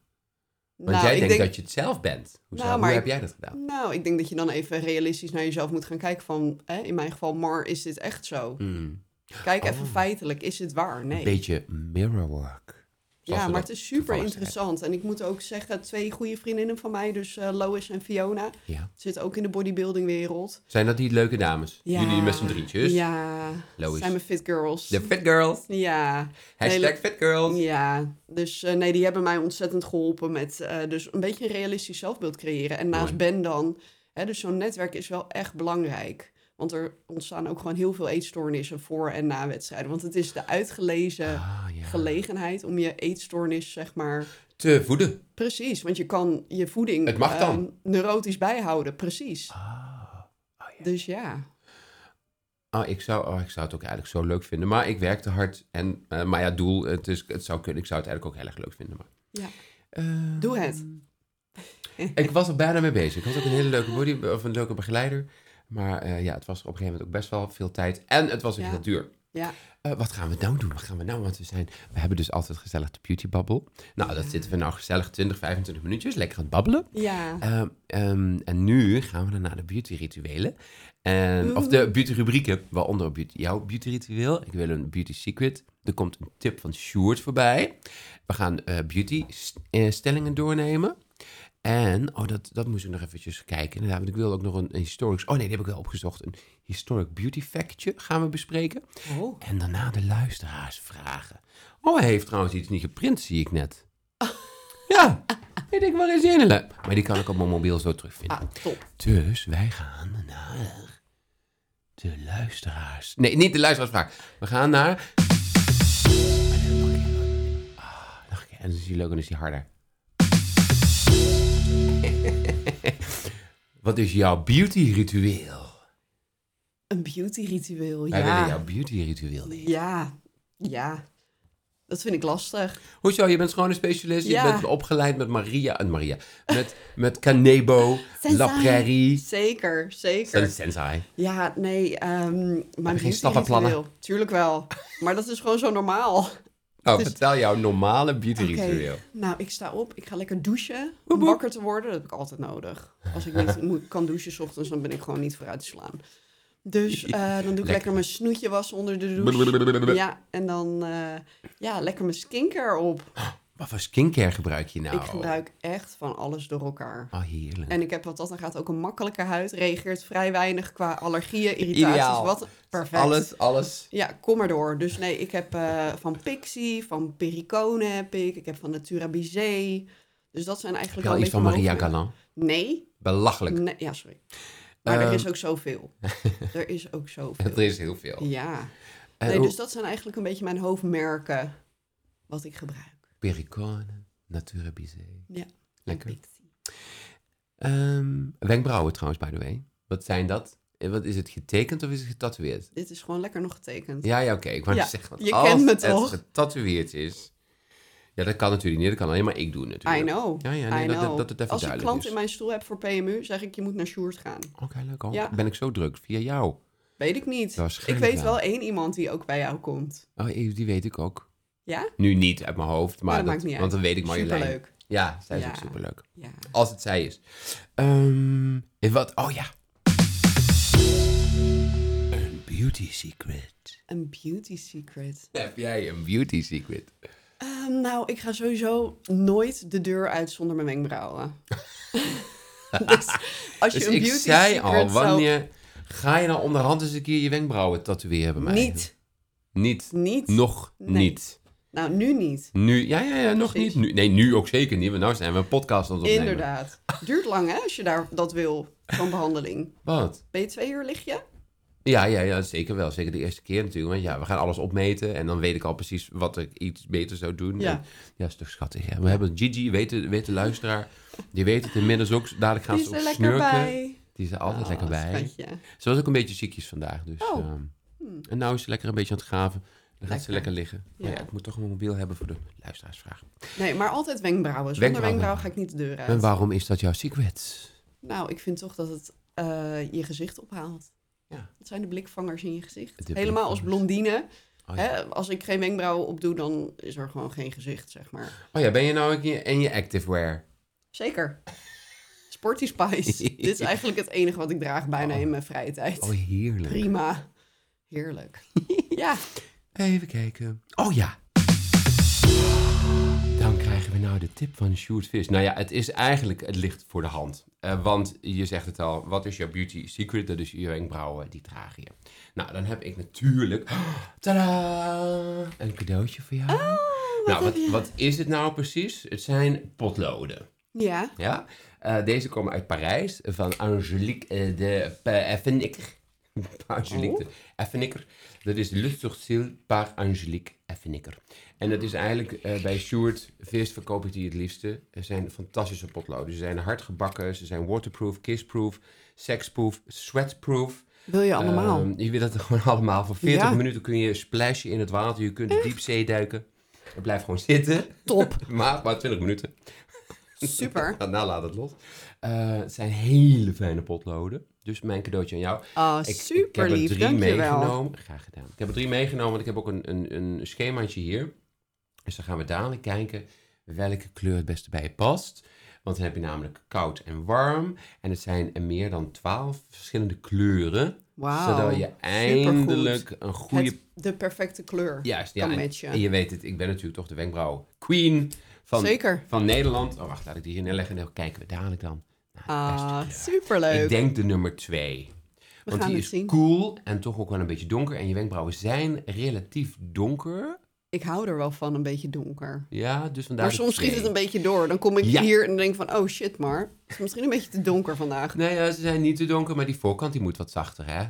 Want Nou, jij ik denkt denk- dat je het zelf bent. Hoe, Nou, zou- hoe maar heb ik- jij dat gedaan? Nou, ik denk dat je dan even realistisch naar jezelf moet gaan kijken van... Hè, in mijn geval, maar is dit echt zo? Hmm. Kijk even Oh. feitelijk, is het waar? Nee. Een beetje mirrorwork. Ja, maar het het is super toevallig interessant. En ik moet ook zeggen, twee goede vriendinnen van mij, dus eh, Lois en Fiona, Ja. zitten ook in de bodybuilding wereld. Zijn dat die leuke dames? Jullie met z'n drietjes? Ja, Lois. zijn mijn fit girls. De fit girls. Ja, Hashtag Nee, fit girls. ja. Dus eh, nee, die hebben mij ontzettend geholpen met eh, dus een beetje een realistisch zelfbeeld creëren. En naast Mooi. Ben dan, hè, dus zo'n netwerk is wel echt belangrijk. Want er ontstaan ook gewoon heel veel eetstoornissen voor en na wedstrijden. Want het is de uitgelezen Ah, ja. gelegenheid om je eetstoornis, zeg maar, Te voeden. Precies, want je kan je voeding Het mag dan. oh, eh, neurotisch bijhouden, precies. Dus ja, Ah, ik, zou, oh, ik zou het ook eigenlijk zo leuk vinden. Maar ik werkte hard. En, eh, maar ja, doel, het, is, het zou kunnen. Ik zou het eigenlijk ook heel erg leuk vinden. Maar, ja. Eh, doe het. Ik was er bijna mee bezig. Ik had ook een hele leuke body of een leuke begeleider. Maar eh, ja, het was op een gegeven moment ook best wel veel tijd. En het was ook Ja. heel duur. Ja. Eh, wat gaan we nou doen? Wat gaan we nou? Want we, zijn, we hebben dus altijd gezellig de beauty bubble. Nou, dat zitten we nou gezellig 20, 25 minuutjes. Lekker aan het babbelen. Ja, Ehm, ehm, en nu gaan we dan naar de beauty rituelen. En, of de beauty rubrieken, waaronder beauty, jouw beauty ritueel. Ik wil een beauty secret. Er komt een tip van Sjoerd voorbij. We gaan eh, beauty st- eh, stellingen doornemen. En, oh, dat, dat moest ik nog eventjes kijken. Inderdaad, want ik wil ook nog een, een historisch... Oh nee, die heb ik wel opgezocht. Een historic beauty factje gaan we bespreken. oh. En daarna de luisteraars vragen. Oh, hij heeft trouwens iets niet geprint, zie ik net. Ja, ik denk, waar is Jenele? Maar die kan ik op mijn mobiel zo terugvinden. Ah, top. Dus wij gaan naar de luisteraars. Nee, niet de luisteraarsvraag. We gaan naar... Ah, nog een keer. En dan is die logo en dan is die harder. Wat is jouw beauty ritueel? Een beauty ritueel, Wij willen ja. jouw beauty ritueel weten. Ja, ja. Dat vind ik lastig. Hoezo? Je bent gewoon een specialist. Ja. Je bent opgeleid met Maria en Maria. Met, met Canebo, La Sensei. Prairie. Zeker, zeker. Sen- Sensei. Ja, nee, ehm mijn geen beauty stappenplannen? ritueel. Tuurlijk wel. Maar dat is gewoon zo normaal. Oh, Dus- vertel jouw normale beauty Oké, ritueel. Nou, ik sta op, ik ga lekker douchen. Om wakker te worden, dat heb ik altijd nodig. Als ik niet moet, kan douchen 's ochtends, dan ben ik gewoon niet vooruit te slaan. Dus eh, dan doe ik lekker. Lekker. mijn snoetje was onder de douche. Blablabla. Ja, en dan eh, ja, lekker mijn skincare op. Wat voor skincare gebruik je nou? Ik gebruik echt van alles door elkaar. Oh, heerlijk. En ik heb wat dat dan gaat ook een makkelijke huid. Reageert vrij weinig qua allergieën, irritaties. Ideaal. Wat perfect. Alles, alles. Ja, kom maar door. Dus nee, ik heb eh, van Pixie, van Pericone heb ik. Ik heb van Natura Bizé. Dus dat zijn Heb eigenlijk je al wel iets een van beetje Maria mijn hoofdmerken. Galant? Nee, Belachelijk. nee. Ja, sorry. Maar Ehm. er is ook zoveel. er is ook zoveel. Er is heel veel. Ja. Eh, Nee, hoe- dus dat zijn eigenlijk een beetje mijn hoofdmerken wat ik gebruik. Pericone, Natura Bizé. Ja. en Lekker. Pixie. Ehm, wenkbrauwen trouwens, by the way. Wat zijn dat? Eh, Wat is het getekend of is het getatoeëerd? Dit is gewoon lekker nog getekend. Ja, ja, oké. Ik wou Ja, net zeggen, want je als kent me het toch? getatoeëerd is... Ja, dat kan natuurlijk niet. Dat kan alleen maar ik doen natuurlijk. I know. Ja, ja, nee, I dat- dat- know. dat het even Als ik duidelijk klant is. in mijn stoel heb voor PMU, zeg ik je moet naar Sjoerd gaan. Oké, leuk. Oh, Ja. Ben ik zo druk? Via jou? Weet ik niet. Ik Waarschijnlijk weet wel. wel één iemand die ook bij jou komt. Oh, eh, die weet ik ook. Ja? Nu niet uit mijn hoofd, maar dat dat- maakt niet uit. want dan weet ik Marjolein. Superleuk. Ja, zij is Ja. ook superleuk. Ja. Als het zij is. Ehm, en wat? Oh ja. Een beauty secret. Een beauty secret. Heb jij een beauty secret? Ehm, nou, ik ga sowieso nooit de deur uit zonder mijn wenkbrauwen. dus als je Dus een ik beauty zei secret al, zou- wanneer ga je nou onderhand eens een keer je wenkbrauwen tatoeëren bij mij? Niet. Niet. Niet. Nog Nee. niet. Nou, nu niet. Nu, ja, ja, ja, nog Precies. niet. Nu, nee, nu ook zeker niet, want nou zijn we een podcast aan het opnemen. Inderdaad. Duurt lang, hè, als je daar dat wil, zo'n behandeling. Wat? Ben je twee uur lig je? Ja, ja, ja, zeker wel. Zeker de eerste keer natuurlijk. Want ja, we gaan alles opmeten en dan weet ik al precies wat ik iets beter zou doen. Ja. En, ja is toch schattig. Hè? We hebben Gigi, weet de, weet de luisteraar, die weet het inmiddels ook. Dadelijk gaan Die is ze ook er lekker Nou, snurken. bij. Die is er altijd Oh, lekker bij. schatje. Ze was ook een beetje ziekjes vandaag, dus... Oh. ehm, en nou is ze lekker een beetje aan het graven. Dan gaat ze lekker liggen. Maar Ja. ja, ik moet toch een mobiel hebben voor de luisteraarsvraag. Nee, maar altijd wenkbrauwen. Zonder Wenkbrauwen. wenkbrauw ga ik niet de deur uit. En waarom is dat jouw secret? Nou, ik vind toch dat het eh, je gezicht ophaalt. Ja. Dat zijn de blikvangers in je gezicht. De Helemaal als blikvangers. blondine. Oh, ja. Hè, als ik geen wenkbrauwen opdoe, dan is er gewoon geen gezicht, zeg maar. Oh ja, ben je nou een keer in je activewear? Zeker. Sporty Spice. Dit is eigenlijk het enige wat ik draag bijna in mijn vrije tijd. Oh, heerlijk. Prima. Heerlijk. ja. Even kijken. Oh ja. Dan krijgen we nou de tip van Sjoerd Vis. Nou ja, het is eigenlijk het licht voor de hand. Eh, want je zegt het al, wat is jouw beauty secret? Dat is je wenkbrauwen, die draag je. Nou, dan heb ik natuurlijk... Tadaa! Een cadeautje voor jou. nou, wat, wat is het nou precies? Het zijn potloden. Ja. Ja? Eh, deze komen uit Parijs van Angelique eh, de P- Effenikker. Oh. Angelique de Effenikker. Dat is Luchtzuchtzil par Angelique Effenikker. En dat is eigenlijk eh, bij Sjoerd Vis verkoop ik die het liefste. Er zijn fantastische potloden. Ze zijn hardgebakken, ze zijn waterproof, kissproof, sexproof, sweatproof. Wil je allemaal? Ehm, je weet dat gewoon allemaal. Voor 40 Ja. minuten kun je splashen in het water. Je kunt de diepzee duiken. Het blijft gewoon zitten. Top. maar, maar 20 minuten. Super. Nou, laat het los. Eh, het zijn hele fijne potloden. Dus mijn cadeautje aan jou. Oh, Ik- ik super heb er lief. drie Dankjewel. meegenomen. Graag gedaan. Ik heb er drie meegenomen, want ik heb ook een, een, een schemaatje hier. Dus dan gaan we dadelijk kijken welke kleur het beste bij je past. Want dan heb je namelijk koud en warm. En het zijn er meer dan twaalf verschillende kleuren. Wauw. Zodat je eindelijk een goede... Het- de perfecte kleur. Juist, kan ja. En, matchen. en je weet het, ik ben natuurlijk toch de wenkbrauw queen van, Zeker. van Nederland. Oh, wacht, laat ik die hier neerleggen. Dan kijken we dadelijk dan naar de beste Ah, kleur. superleuk. Ik denk de nummer twee. Want gaan die het is zien. cool en toch ook wel een beetje donker. En je wenkbrauwen zijn relatief donker. Ik hou er wel van een beetje donker. Ja, dus vandaar Maar de soms schiet twee. het een beetje door. Dan kom ik Ja. hier en denk van, oh shit maar. Het is misschien een beetje te donker vandaag. Nee, ja, ze zijn niet te donker, maar die voorkant die moet wat zachter, hè?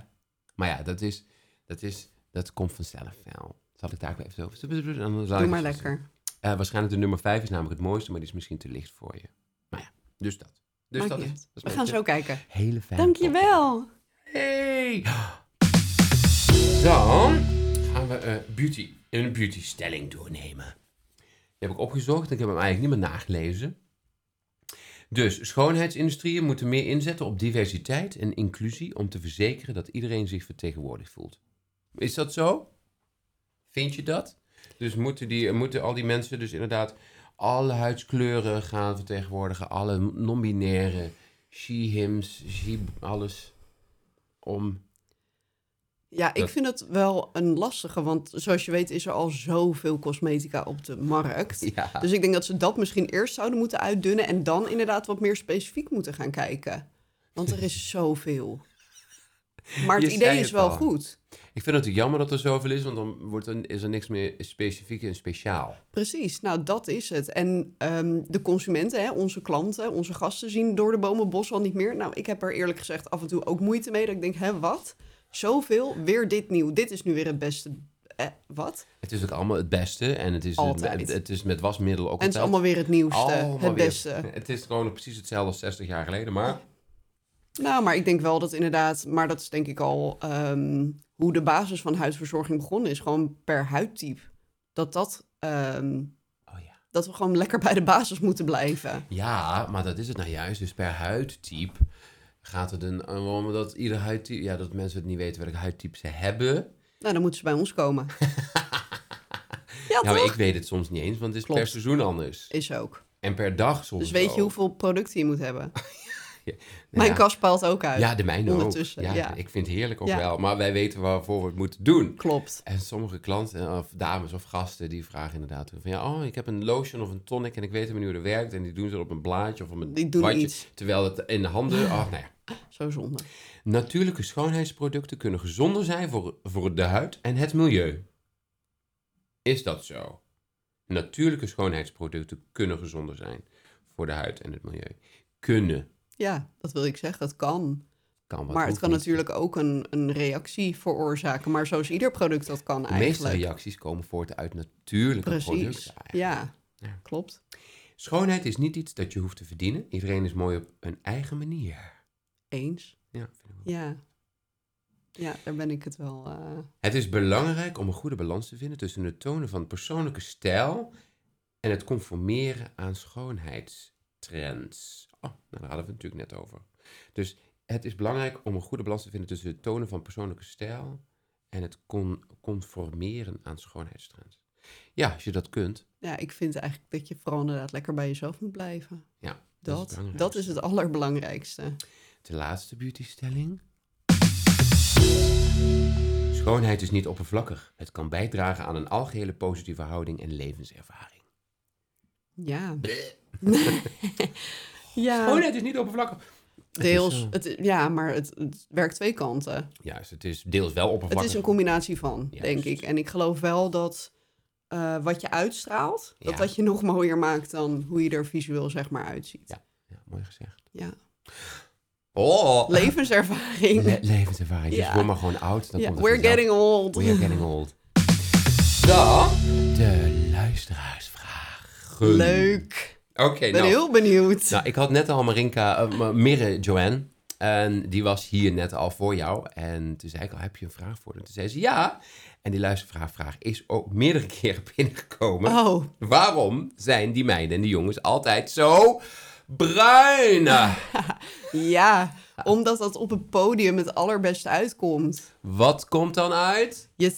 Maar ja, dat is... Dat, is, dat komt vanzelf wel. Zal ik daar ook even zo... dan zal ik Doe het maar zo lekker. Eh, waarschijnlijk de nummer 5 is namelijk het mooiste, maar die is misschien te licht voor je. Maar ja, dus dat. Dus Maakt dat is, niet dat uit. is We mijn gaan tip. zo kijken. Hele fijne Dankjewel. pop. Hey. Dan gaan we eh, beauty, een beautystelling doornemen. Die heb ik opgezocht. Ik heb hem eigenlijk niet meer nagelezen. Dus schoonheidsindustrieën moeten meer inzetten op diversiteit en inclusie om te verzekeren dat iedereen zich vertegenwoordigd voelt. Is dat zo? Vind je dat? Dus moeten, die, moeten al die mensen dus inderdaad alle huidskleuren gaan vertegenwoordigen, alle non-binaire, she, hims, she, alles om. Ja, ik Dat- vind het wel een lastige, want zoals je weet is er al zoveel cosmetica op de markt. Ja. Dus ik denk dat ze dat misschien eerst zouden moeten uitdunnen en dan inderdaad wat meer specifiek moeten gaan kijken. Want er is zoveel. Maar het Je idee zei is het wel al. goed. Ik vind het jammer dat er zoveel is, want dan wordt er, is er niks meer specifiek en speciaal. Precies, nou dat is het. En ehm, de consumenten, hè, onze klanten, onze gasten zien door de bomen het bos al niet meer. Nou, ik heb er eerlijk gezegd af en toe ook moeite mee. Dat ik denk, hè, wat? Zoveel, weer dit nieuw. Dit is nu weer het beste. Eh, wat? Het is ook allemaal het beste en het is, Altijd. Het, het is met wasmiddel ook En het is altijd. allemaal weer het nieuwste, Allemaal het weer- beste. Het is gewoon precies hetzelfde als 60 jaar geleden, maar Nou, maar ik denk wel dat inderdaad, maar dat is denk ik al ehm, hoe de basis van huidverzorging begonnen is. Gewoon per huidtype. Dat dat, ehm, oh ja. dat we gewoon lekker bij de basis moeten blijven. Ja, maar dat is het nou juist. Dus per huidtype gaat het een. en Waarom dat ieder huidtype. Ja, dat mensen het niet weten welke huidtype ze hebben. Nou, dan moeten ze bij ons komen. ja, Ja, maar toch? ik weet het soms niet eens, want het is per Klopt. seizoen anders. Is ook. En per dag soms. Dus weet je ook. hoeveel producten je moet hebben? Nou Mijn ja. kast paalt ook uit. Ja, de mijne ook. ondertussen, Ja, ja. Ik vind het heerlijk ook Ja. wel. Maar wij weten waarvoor we het moeten doen. Klopt. En sommige klanten, eh, of dames of gasten, die vragen inderdaad van ja, oh, ik heb een lotion of een tonic en ik weet niet hoe dat werkt. En die doen ze op een blaadje of op een Die doen watje. iets. Terwijl het in de handen, oh, nou ja. Zo zonde. Natuurlijke schoonheidsproducten kunnen gezonder zijn voor, voor de huid en het milieu. Is dat zo? Natuurlijke schoonheidsproducten kunnen gezonder zijn voor de huid en het milieu. Kunnen. Ja, dat wil ik zeggen. Dat kan. Kan wat maar het hoeft kan niet. natuurlijk ook een, een reactie veroorzaken. Maar zoals ieder product dat kan De meeste eigenlijk. reacties komen voort uit natuurlijke producten. Precies. eigenlijk. Ja, klopt. Schoonheid is niet iets dat je hoeft te verdienen. Iedereen is mooi op een eigen manier. Eens. Ja, vind ik wel. Ja. Ja, daar ben ik het wel. eh, Het is belangrijk om een goede balans te vinden tussen het tonen van persoonlijke stijl en het conformeren aan schoonheidstrends. Oh, nou, daar hadden we het natuurlijk net over. Dus het is belangrijk om een goede balans te vinden tussen het tonen van persoonlijke stijl en het con- conformeren aan schoonheidstrends. Ja, als je dat kunt. ja, ik vind eigenlijk dat je vooral inderdaad lekker bij jezelf moet blijven. Ja, dat, is Dat, belangrijk. dat is het allerbelangrijkste. De laatste beautystelling. Schoonheid is niet oppervlakkig. Het kan bijdragen aan een algehele positieve houding en levenservaring. Ja. ja, Schoonheid is niet oppervlakkig. deels. zo. Het, ja, maar het, het werkt twee kanten. Juist, het is deels wel Het oppervlakkig. is een combinatie van, denk Juist. ik. En ik geloof wel dat eh, wat je uitstraalt, Ja. dat dat je nog mooier maakt dan hoe je er visueel zeg maar uitziet. Ja. Ja, mooi gezegd. Ja. Oh! Levenservaring. Le- levenservaring. Dus Ja. word maar gewoon oud. Dan Ja, komt het we're vanzelf. getting old. We're getting old. Dan de luisteraarsvraag. Leuk. Oké, Ik ben nou. heel benieuwd. Nou, ik had net al Marinka, eh, Ma- Mirre Joanne. En die was hier net al voor jou. En toen zei ik al, heb je een vraag voor haar? Toen zei ze ja. En die luistervraagvraag is ook meerdere keren binnengekomen. Oh, Waarom zijn die meiden en die jongens altijd zo bruin? Ja, omdat dat op het podium het allerbeste uitkomt. Wat komt dan uit? Je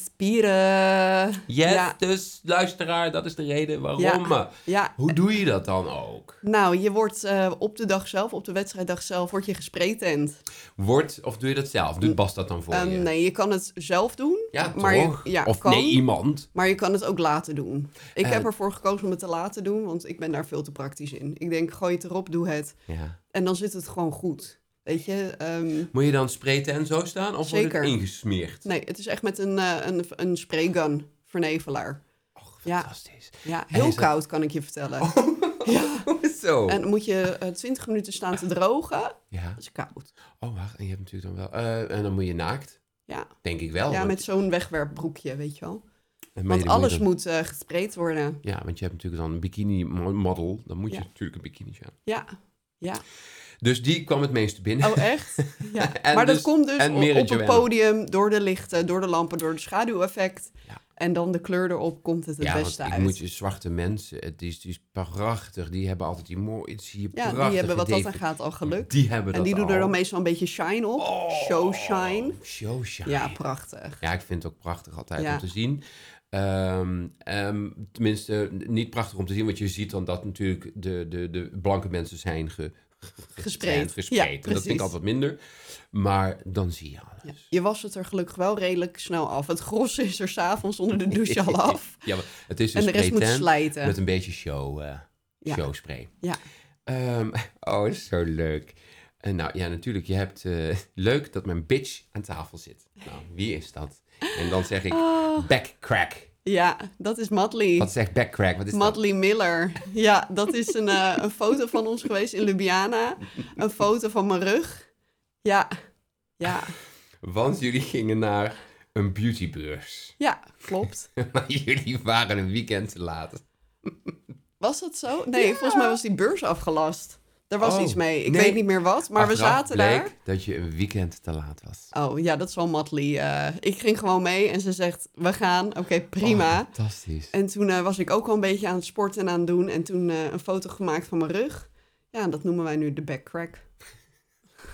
spieren. Yes, Ja, dus luisteraar, dat is de reden waarom. eh. Ja. ja. Hoe doe je dat dan ook? Nou, je wordt eh, op de dag zelf, op de wedstrijddag zelf, word je Oh, gespreetent. Wordt, of doe je dat zelf? Doet Bas dat dan voor Ehm, je? nee, je kan het zelf doen. Ja, maar toch? Je, ja, of kan, nee, iemand. Maar je kan het ook laten doen. Ik Eh. heb ervoor gekozen om het te laten doen, want ik ben daar veel te praktisch in. Ik denk, gooi het erop, doe het. Ja. En dan zit het gewoon goed. Weet je? ehm, Moet je dan spreten en zo staan? Of wordt Zeker. Nou, het ingesmeerd? nee, het is echt met een, eh, een, een spraygun, vernevelaar. Och, Ja. fantastisch. Ja, is heel het- Oh. koud kan ik je vertellen. Ja. zo. En dan moet je eh, 20 minuten staan te drogen. Dat Ja. is koud. Oh, wacht. En je hebt natuurlijk dan wel... eh, en dan moet je naakt. Ja, Denk ik wel. ja want- met zo'n wegwerpbroekje, weet je wel. en Want meiden moet je alles dan- moet eh gespreid worden. Ja, want je hebt natuurlijk dan een bikini mo- model. Dan moet je Ja. natuurlijk een bikini aan. Ja. Ja. Dus die kwam het meeste binnen. Oh, echt? Ja. En maar dat dus- komt dus en o- Mary op een Joanna. podium, door de lichten, door de lampen, door het schaduweffect. Ja. En dan de kleur erop komt het het ja, want beste ik uit. moet je zwarte mensen, het is, het is prachtig. Die hebben altijd die mooi, het zie je ja, prachtig. die hebben wat dat aan gaat al geluk. Die hebben dat en die doen er dan al. meestal een beetje shine op. Show shine. Show shine. Ja, Ja. prachtig. ik vind het ook prachtig altijd Ja. om te zien. Ehm, ehm, tenminste, niet prachtig om te zien, want je ziet dan dat natuurlijk de, de, de blanke mensen zijn ge, Gespreid. gespreid. Ja, En dat precies. vind ik altijd minder. Maar dan zie je alles. Ja. Je was het er gelukkig wel redelijk snel af. Het gros is er s'avonds onder de douche al af. Ja, maar het is En dus de rest moet spray tan slijten. Met een beetje show, eh, Ja. showspray. Ja. Ehm, oh, is zo leuk. En nou ja, natuurlijk, je hebt eh, leuk dat mijn bitch aan tafel zit. Nou, wie is dat? En dan zeg ik Ah. backcrack. ja, dat is Madly. Wat zegt backcrack? Wat is dat? Madly Miller. Ja, dat is een, eh, een foto van ons geweest in Ljubljana. Een foto van mijn rug. Ja, ja, Want jullie gingen naar een beautybeurs. ja, klopt. maar jullie waren een weekend te laat. Was dat zo? Nee, volgens mij was die beurs afgelast. Daar was Oh, iets mee. Ik nee. nou, weet niet meer wat, maar we Achteraf zaten bleek daar. dat je een weekend te laat was. Oh ja, dat is wel Madly. eh. ik ging gewoon mee en ze zegt, we gaan. Oké, prima. Oh, fantastisch. En toen eh, was ik ook al een beetje aan het sporten en aan het doen. En toen eh, een foto gemaakt van mijn rug. Ja, en dat noemen wij nu de backcrack.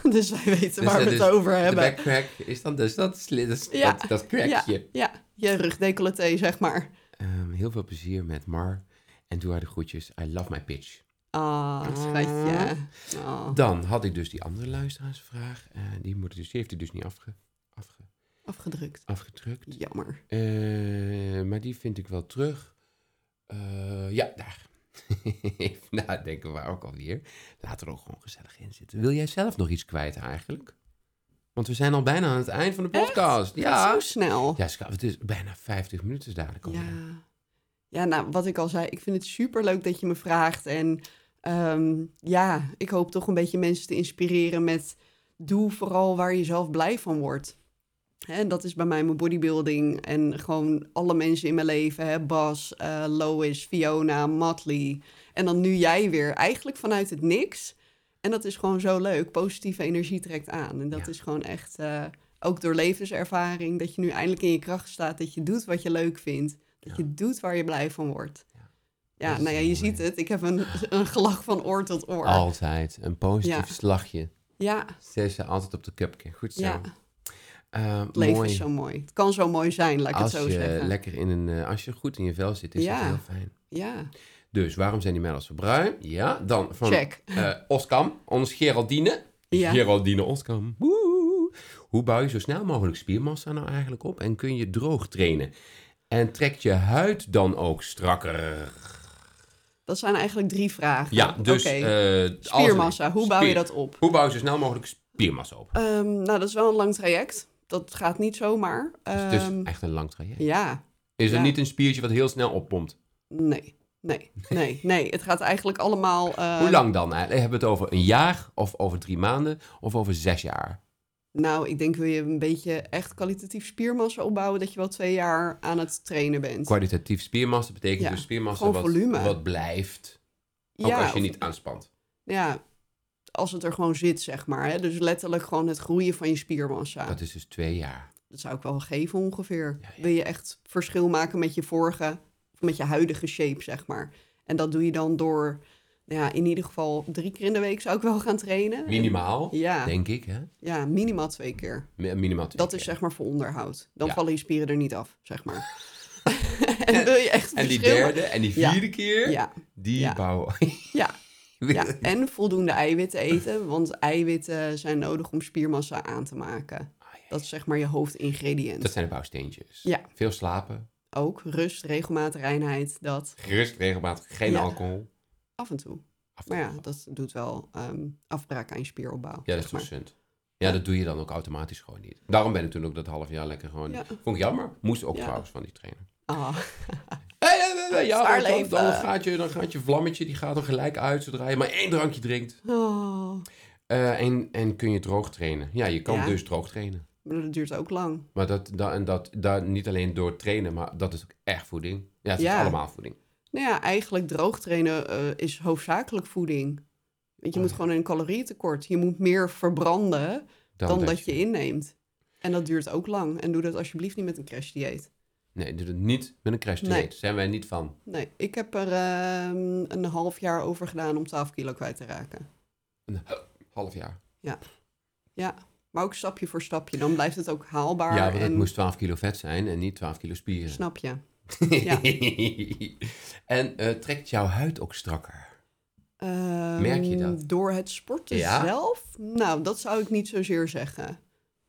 dus wij weten waar Dus we dat het is- over hebben. De backcrack is dan dus dat, sli- dat, Ja, dat, dat ja, crackje. ja, je rugdecolleté, zeg maar. Ehm, heel veel plezier met Mar. En doe haar de groetjes. I love my pitch. Ah, schatje. Ah, Dan had ik dus die andere luisteraarsvraag. Eh, die, moet ik dus, die heeft hij dus niet afge, afge, afgedrukt. afgedrukt. Jammer. Eh, maar die vind ik wel terug. Eh, ja, daar. Even nadenken waar ook alweer. Laat er ook gewoon gezellig in zitten. Wil jij zelf nog iets kwijt eigenlijk? Want we zijn al bijna aan het eind van de podcast. Ja. Zo snel. Ja, schat, het is bijna 50 minuten dadelijk al. Ja. ja, nou, wat ik al zei, ik vind het superleuk dat je me vraagt. En ehm, ja, ik hoop toch een beetje mensen te inspireren met... doe vooral waar je zelf blij van wordt. Hè, En dat is bij mij mijn bodybuilding en gewoon alle mensen in mijn leven. Hè? Bas, eh, Lois, Fiona, Matley. En dan nu jij weer. Eigenlijk vanuit het niks. En dat is gewoon zo leuk. Positieve energie trekt aan. En dat Ja. is gewoon echt, eh, ook door levenservaring, dat je nu eindelijk in je kracht staat. Dat je doet wat je leuk vindt. Dat je doet waar je blij van wordt. Ja, Dat is nou ja, heel je ziet mooi. Oh, het. Ik heb een, een gelach van oor tot oor. Altijd. Een positief Ja. slagje. Ja, Zet ze altijd op de cupcake. Goed zo. ja. Eh, Het leven mooi. is zo mooi. Het kan zo mooi zijn, laat ik als het zo je zeggen. lekker in een, eh, als je goed in je vel zit, is dat Ja. heel fijn. Ja, Dus waarom zijn die meiden zo bruin? Ja, dan van check. eh, Oskam, ons Geraldine. Ja. Geraldine Oskam. Woehoe. Hoe bouw je zo snel mogelijk spiermassa nou eigenlijk op en kun je droog trainen? En trekt je huid dan ook strakker? Dat zijn eigenlijk drie vragen. Ja, dus... Oh, Oké. eh, als- Spiermassa, hoe bouw je spier- dat op? Hoe bouw je zo snel mogelijk spiermassa op? Ehm, nou, dat is wel een lang traject. Dat gaat niet zomaar. Dus het Ehm, is echt een lang traject. Ja, Is er ja. niet een spiertje wat heel snel oppompt? nee, nee, nee, nee. Het gaat eigenlijk allemaal... eh, Hoe lang dan? eigenlijk? Hebben we het over een jaar of over drie maanden of over zes jaar? Nou, ik denk wil je een beetje echt kwalitatief spiermassa opbouwen... dat je wel twee jaar aan het trainen bent. Kwalitatief spiermassa betekent Ja, dus spiermassa gewoon wat, volume. wat blijft. Ook ja, oh, als je of- niet aanspant. Ja, als het er gewoon zit, zeg maar. Hè? Dus letterlijk gewoon het groeien van je spiermassa. Dat is dus twee jaar. dat zou ik wel geven ongeveer. Ja, ja. Wil je echt verschil maken met je vorige, of met je huidige shape, zeg maar. En dat doe je dan door, nou ja, in ieder geval drie keer in de week zou ik wel gaan trainen. Minimaal, Ja. denk ik. Hè? Ja, minimaal twee keer. Mi- Minimaal twee Dat keer. is zeg maar voor onderhoud. Dan Ja. vallen je spieren er niet af, zeg maar. en wil je echt En die verschil derde en die Ja. vierde keer, Ja, die Ja. bouwen. ja. Ja, en voldoende eiwitten eten, want eiwitten zijn nodig om spiermassa aan te maken. Dat is zeg maar je hoofdingrediënt. Ah, Dat zijn de bouwsteentjes. Ja. Veel slapen, Ook rust, regelmaat, reinheid, dat gerust, regelmatig, geen Ja. alcohol. af en toe. Af en Maar ja, toe. dat doet wel ehm, afbraak aan je spieropbouw. ja, dat zeg is maar. toch zund. Ja, dat doe je dan ook automatisch gewoon niet. Daarom ben ik toen ook dat half jaar lekker gewoon... Ja. Vond ik jammer. Moest ook Ja. trouwens van die trainer. Ah, Hey, hey, hey, hey, ja, dan- Zwaar dan, dan, leven. gaat je, dan gaat je vlammetje, die gaat er gelijk uit zodra je maar één drankje drinkt. oh. Eh, en, en kun je droog trainen. Ja, je kan Ja. dus droog trainen. Maar dat duurt ook lang. Maar dat, dat, en dat, dat niet alleen door trainen, maar dat is ook echt voeding. Ja, het Ja. is allemaal voeding. Nou ja, eigenlijk droog trainen eh, is hoofdzakelijk voeding. Oh Want je moet gewoon in een calorietekort. Je moet meer verbranden dan, dat, je inneemt. En dat duurt ook lang. En doe dat alsjeblieft niet met een crashdieet. Nee, doe het niet met een crash dieet. Nee. Zijn wij niet van. Nee, ik heb er ehm, een half jaar over gedaan om 12 kilo kwijt te raken. Een half jaar. Ja, maar ook stapje voor stapje. Dan blijft het ook haalbaar. ja, want het en moest 12 kilo vet zijn en niet 12 kilo spieren. Snap je? ja. en eh, trekt jouw huid ook strakker? Ehm, Merk je dat? Door het sporten Ja? zelf? Nou, dat zou ik niet zozeer zeggen.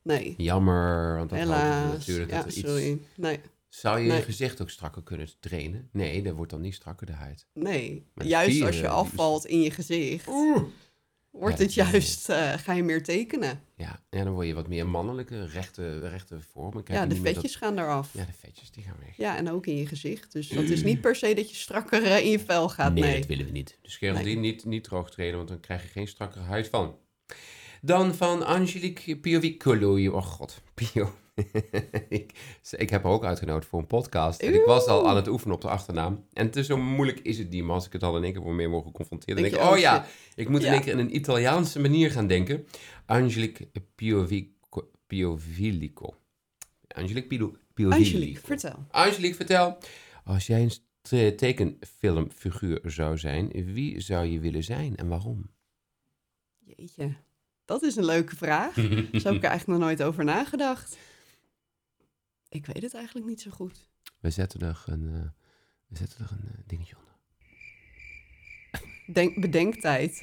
Nee, Jammer, want dat houdt helaas. natuurlijk ja, dat er iets... sorry. Nee, Zou je je Nee. gezicht ook strakker kunnen trainen? Nee, dat wordt dan niet strakker de huid. nee. Maar juist spieren, als je die- afvalt in je gezicht, wordt Ja, het dat- juist, eh, ga je meer tekenen. Ja, en dan word je wat meer mannelijke, rechte, rechte vormen. Krijg ja, je de niet meer dat- vetjes gaan eraf. Ja. Ja, de vetjes, die gaan weg. en ook in je gezicht. Dus dat is niet per se dat je strakker eh, in je vel gaat. nee, Nee, dat willen we niet. Dus Geraldine, niet, niet droog trainen, want dan krijg je geen strakkere huid van. Dan van Angelique Piovicolo. Oh god, Pio. ik, ze- ik heb haar ook uitgenodigd voor een podcast. En ik was al aan het oefenen op de achternaam. En het is zo moeilijk is het niet, maar als ik het al in één keer voor meer mogen geconfronteerd. Dan Denk denk ik, je, oh oh, ja, ik moet in Ja. één keer in een Italiaanse manier gaan denken. Angelique Piovico, Piovilico. Angelique Pilo, Piovilico. Angelique, vertel. Angelique, vertel. Als jij een st- tekenfilmfiguur zou zijn, wie zou je willen zijn en waarom? Jeetje, dat is een leuke vraag. Daar heb ik er eigenlijk nog nooit over nagedacht. Ik weet het eigenlijk niet zo goed. We zetten er een, eh, we zetten er een eh, dingetje onder. Denk, bedenktijd.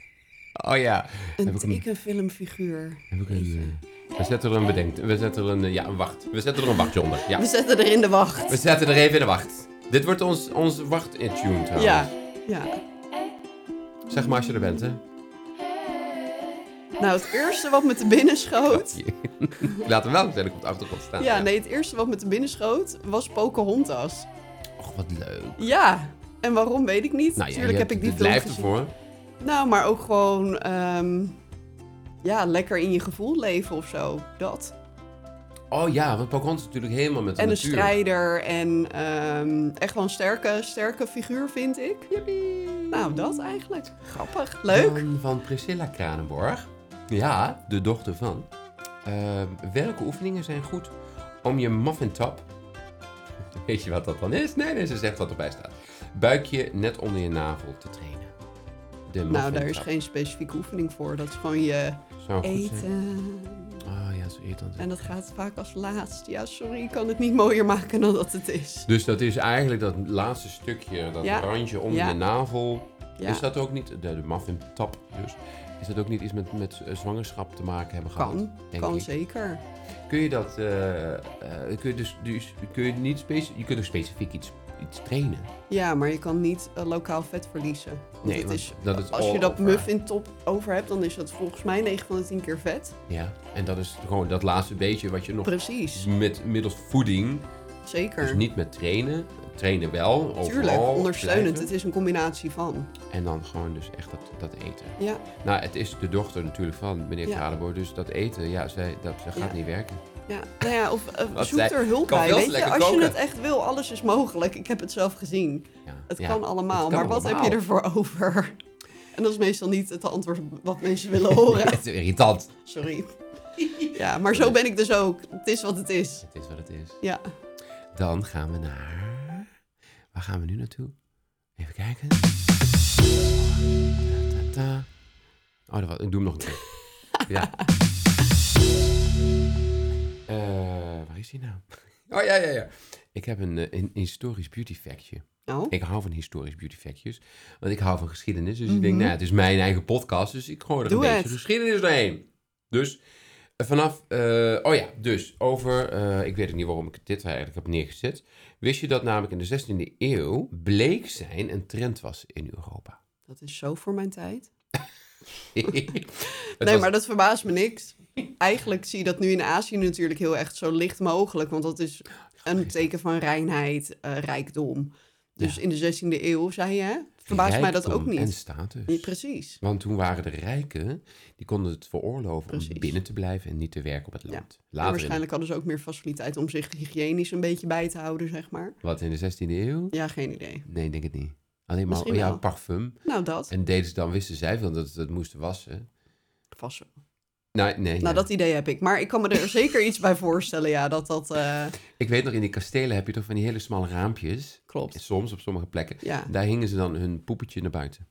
Oh ja. Heb Een ik hem- tekenfilmfiguur. Heb ik een, eh, we zetten er een bedenkt. We zetten er een, eh, ja, een wacht. We zetten er een wachtje onder. Ja. We zetten er in de wacht. We zetten er even in de wacht. Dit wordt ons, ons wacht-tune trouwens. Ja, ja. Zeg maar als je er bent, hè. Nou, het eerste wat me te binnen schoot... Ik Laat hem wel gezellig op de achtergrond staan. Ja, nee, het eerste wat me te binnen schoot was Pocahontas. Och, wat leuk. Ja, en waarom weet ik Nou, niet. ja, Natuurlijk je heb hebt- ik die het film lijf gezien. ervoor. Nou, maar ook gewoon... ehm, ja, lekker in je gevoel leven of zo. Dat. Oh ja, want Pocahontas is natuurlijk helemaal met de En een natuur. strijder en ehm, echt wel een sterke, sterke figuur, vind ik. Nou, dat eigenlijk. Grappig. Leuk. Van, van Priscilla Kranenborg. Ja, de dochter van. Eh, welke oefeningen zijn goed om je muffin top... Weet je wat dat dan is? Nee, nee, ze zegt wat erbij staat. Buikje net onder je navel te trainen. De muffin Nou, daar is top. geen specifieke oefening voor. Dat is gewoon je Zou goed zijn. eten. Oh ja, zo eten. En dat gaat vaak als laatst. Ja, sorry, ik kan het niet mooier maken dan dat het is. Dus dat is eigenlijk dat laatste stukje, dat Ja. randje onder Ja. de navel. Ja, Is dat ook niet, de, de muffin top dus, is dat ook niet iets met, met eh, zwangerschap te maken hebben gehad? kan. denk Kan ik. zeker. Kun je dat, eh, eh, kun je dus, dus kun je niet specifiek, je kunt ook specifiek iets, iets trainen. Ja, maar je kan niet eh, lokaal vet verliezen. Want Nee, het want is, dat is als all je dat over. muffin top over hebt, dan is dat volgens mij 9 van de 10 keer vet. Ja, en dat is gewoon dat laatste beetje wat je nog Precies, met, middels voeding, zeker. dus niet met trainen, trainen wel, overal. Tuurlijk, ondersteunend. blijven. Het is een combinatie van. En dan gewoon dus echt dat, dat eten. Ja, Nou, het is de dochter natuurlijk van meneer Ja. Kranenboer, dus dat eten, ja, zij, dat, dat gaat Ja. niet werken. ja. Nou ja of eh, Wat zoek zei- er hulp kan bij. heel Weet je, lekker als je koken. het echt wil, alles is mogelijk. Ik heb het zelf gezien. Ja. Het Ja. kan allemaal, het kan maar wat heb je allemaal. ervoor over? En dat is meestal niet het antwoord wat mensen willen horen. Het is irritant. Sorry. Ja, maar zo ben ik dus ook. Het is wat het is. Het is wat het is. Ja. Dan gaan we naar. Waar gaan we nu naartoe? Even kijken. Ta, ta, ta. Oh, dat was, ik doe hem nog een keer. Ja. Eh, waar is hij nou? Oh ja, ja, ja. Ik heb een, eh, een historisch beauty factje. Nou, Ik hou van historisch beauty factjes. Want ik hou van geschiedenis. Dus ik denk, nou, het is mijn eigen podcast. Dus ik gooi er Mhm. Doe een het. beetje geschiedenis doorheen. Dus eh, vanaf... eh, oh ja, dus over... eh, ik weet ook niet waarom ik dit eigenlijk heb neergezet. Wist je dat namelijk in de 16e eeuw bleek zijn een trend was in Europa? dat is zo voor mijn tijd. Het nee, was- maar dat verbaast me niks. Eigenlijk zie je dat nu in Azië natuurlijk heel echt zo licht mogelijk. Want dat is een teken van reinheid, eh, rijkdom. Dus in de 16e eeuw, zei je, hè? verbaast mij dat ook Rijkdom En niet. status. Ja, Precies. Want toen waren de rijken, die konden het veroorloven om Precies. binnen te blijven en niet te werken op het land. Ja. En Later, in, waarschijnlijk hadden ze ook meer faciliteit om zich hygiënisch een beetje bij te houden, zeg maar. wat in de 16e eeuw? Ja, geen idee. Nee, ik denk het niet. Alleen maar Misschien jouw wel. parfum. Nou, dat. En deden ze dan, wisten zij van dat ze dat moesten wassen? Vast wel. Nou, nee. Nou, ja. dat idee heb ik. Maar ik kan me er zeker iets bij voorstellen, ja, dat dat eh, Ik weet nog, in die kastelen heb je toch van die hele smalle raampjes. klopt. Soms op sommige plekken. Ja, Daar hingen ze dan hun poepetje naar buiten.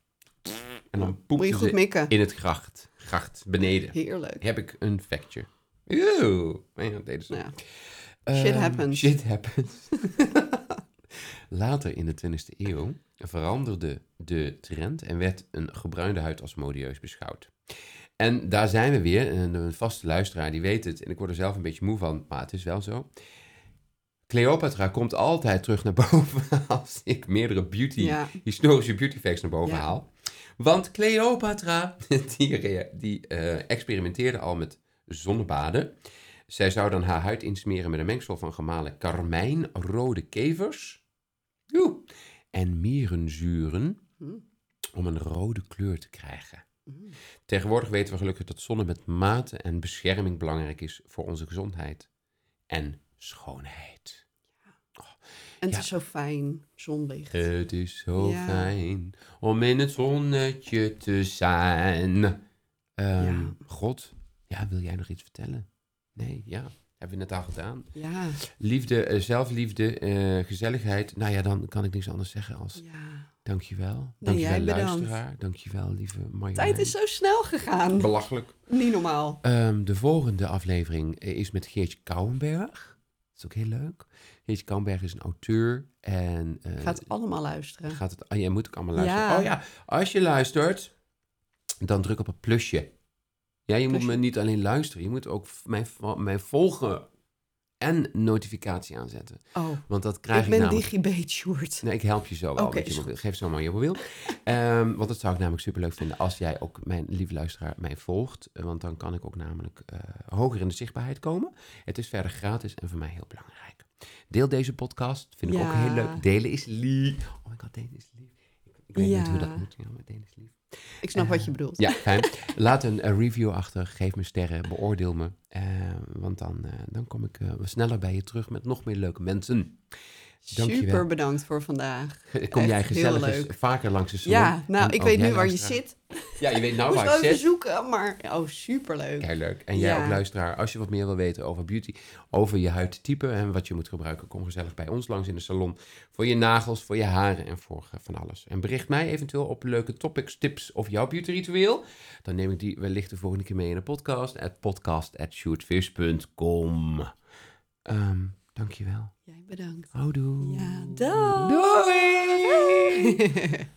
En dan poepten moet je goed ze mikken. in het gracht. Gracht, beneden. Heerlijk. Heb ik een factje. Eeuw. Ja, dat deden ze. Nou, ja. Shit Ehm, happens. Shit happens. Later in de 20e eeuw veranderde de trend en werd een gebruinde huid als modieus beschouwd. En daar zijn we weer. En Een vaste luisteraar die weet het. En ik word er zelf een beetje moe van, maar het is wel zo. Cleopatra komt altijd terug naar boven als ik meerdere beauty, Ja. historische beauty facts naar boven Ja. haal. Want Cleopatra, die, rea- die eh, experimenteerde al met zonnebaden. Zij zou dan haar huid insmeren met een mengsel van gemalen karmijn, rode kevers joe, en mierenzuren Hm. om een rode kleur te krijgen. Mm. Tegenwoordig weten we gelukkig dat zonne met mate en bescherming belangrijk is voor onze gezondheid en schoonheid. En Ja. Eh. het is zo fijn, zonlicht. Het is zo Ja. fijn om in het zonnetje te zijn. Ehm, Ja. God, ja, wil jij nog iets vertellen? Nee, ja, hebben we net al gedaan. Ja, Liefde, eh, zelfliefde, eh, gezelligheid. Nou ja, dan kan ik niks anders zeggen als ja. dankjewel. Nee, Dankjewel jij bedankt. luisteraar. Dankjewel lieve Marjolein. Tijd is zo snel gegaan. belachelijk. Niet normaal. Ehm, de volgende aflevering eh, is met Geertje Kouwenberg. Dat is ook heel leuk. Geertje Kouwenberg is een auteur en... eh, Gaat allemaal luisteren. Gaat het, oh, jij moet ook allemaal luisteren. Ja. Oh ja, als je luistert, dan druk op het plusje. Ja, je moet Plusje. me niet alleen luisteren, je moet ook v- mij, vo- mij volgen en notificatie aanzetten. Oh, Want dat krijg ik ik, ben namelijk. digibate, Sjoerd. Nee, ik help je zo wel Oké, met is je mobiel. Geef zo maar je mobiel. Ehm, want dat zou ik namelijk superleuk vinden als jij ook, mijn lieve luisteraar, mij volgt. Eh, Want dan kan ik ook namelijk eh, hoger in de zichtbaarheid komen. Het is verder gratis en voor mij heel belangrijk. Deel deze podcast. Vind ik Ja. ook heel leuk. Delen is lief. Oh my god, delen is lief. Ik, ik weet niet Ja. hoe dat moet. Ja, maar delen is lief. Ik snap Eh, wat je bedoelt. Ja, fijn. Laat een eh, review achter. Geef me sterren. Beoordeel me. Eh, want dan, eh, dan kom ik eh, sneller bij je terug met nog meer leuke mensen. dankjewel. Super bedankt voor vandaag. Kom jij Echt heel gezellig eens leuk. vaker langs de salon? Ja, En nou, ik ook weet oh, jij nu waar je luisteraar. zit. Ja, je weet nou Moest waar wel ik even zit. zoeken, maar... Oh, superleuk. Heel leuk. En jij Ja. ook luisteraar, als je wat meer wil weten over beauty, over je huidtype en wat je moet gebruiken, kom gezellig bij ons langs in de salon voor je nagels, voor je haren en voor eh, van alles. En bericht mij eventueel op leuke topics, tips of jouw beautyritueel. Dan neem ik die wellicht de volgende keer mee in de podcast at podcast@shootvis.com. Ehm, dankjewel. Jij bedankt. Houdoe. Ja, dag. Doei. Doei.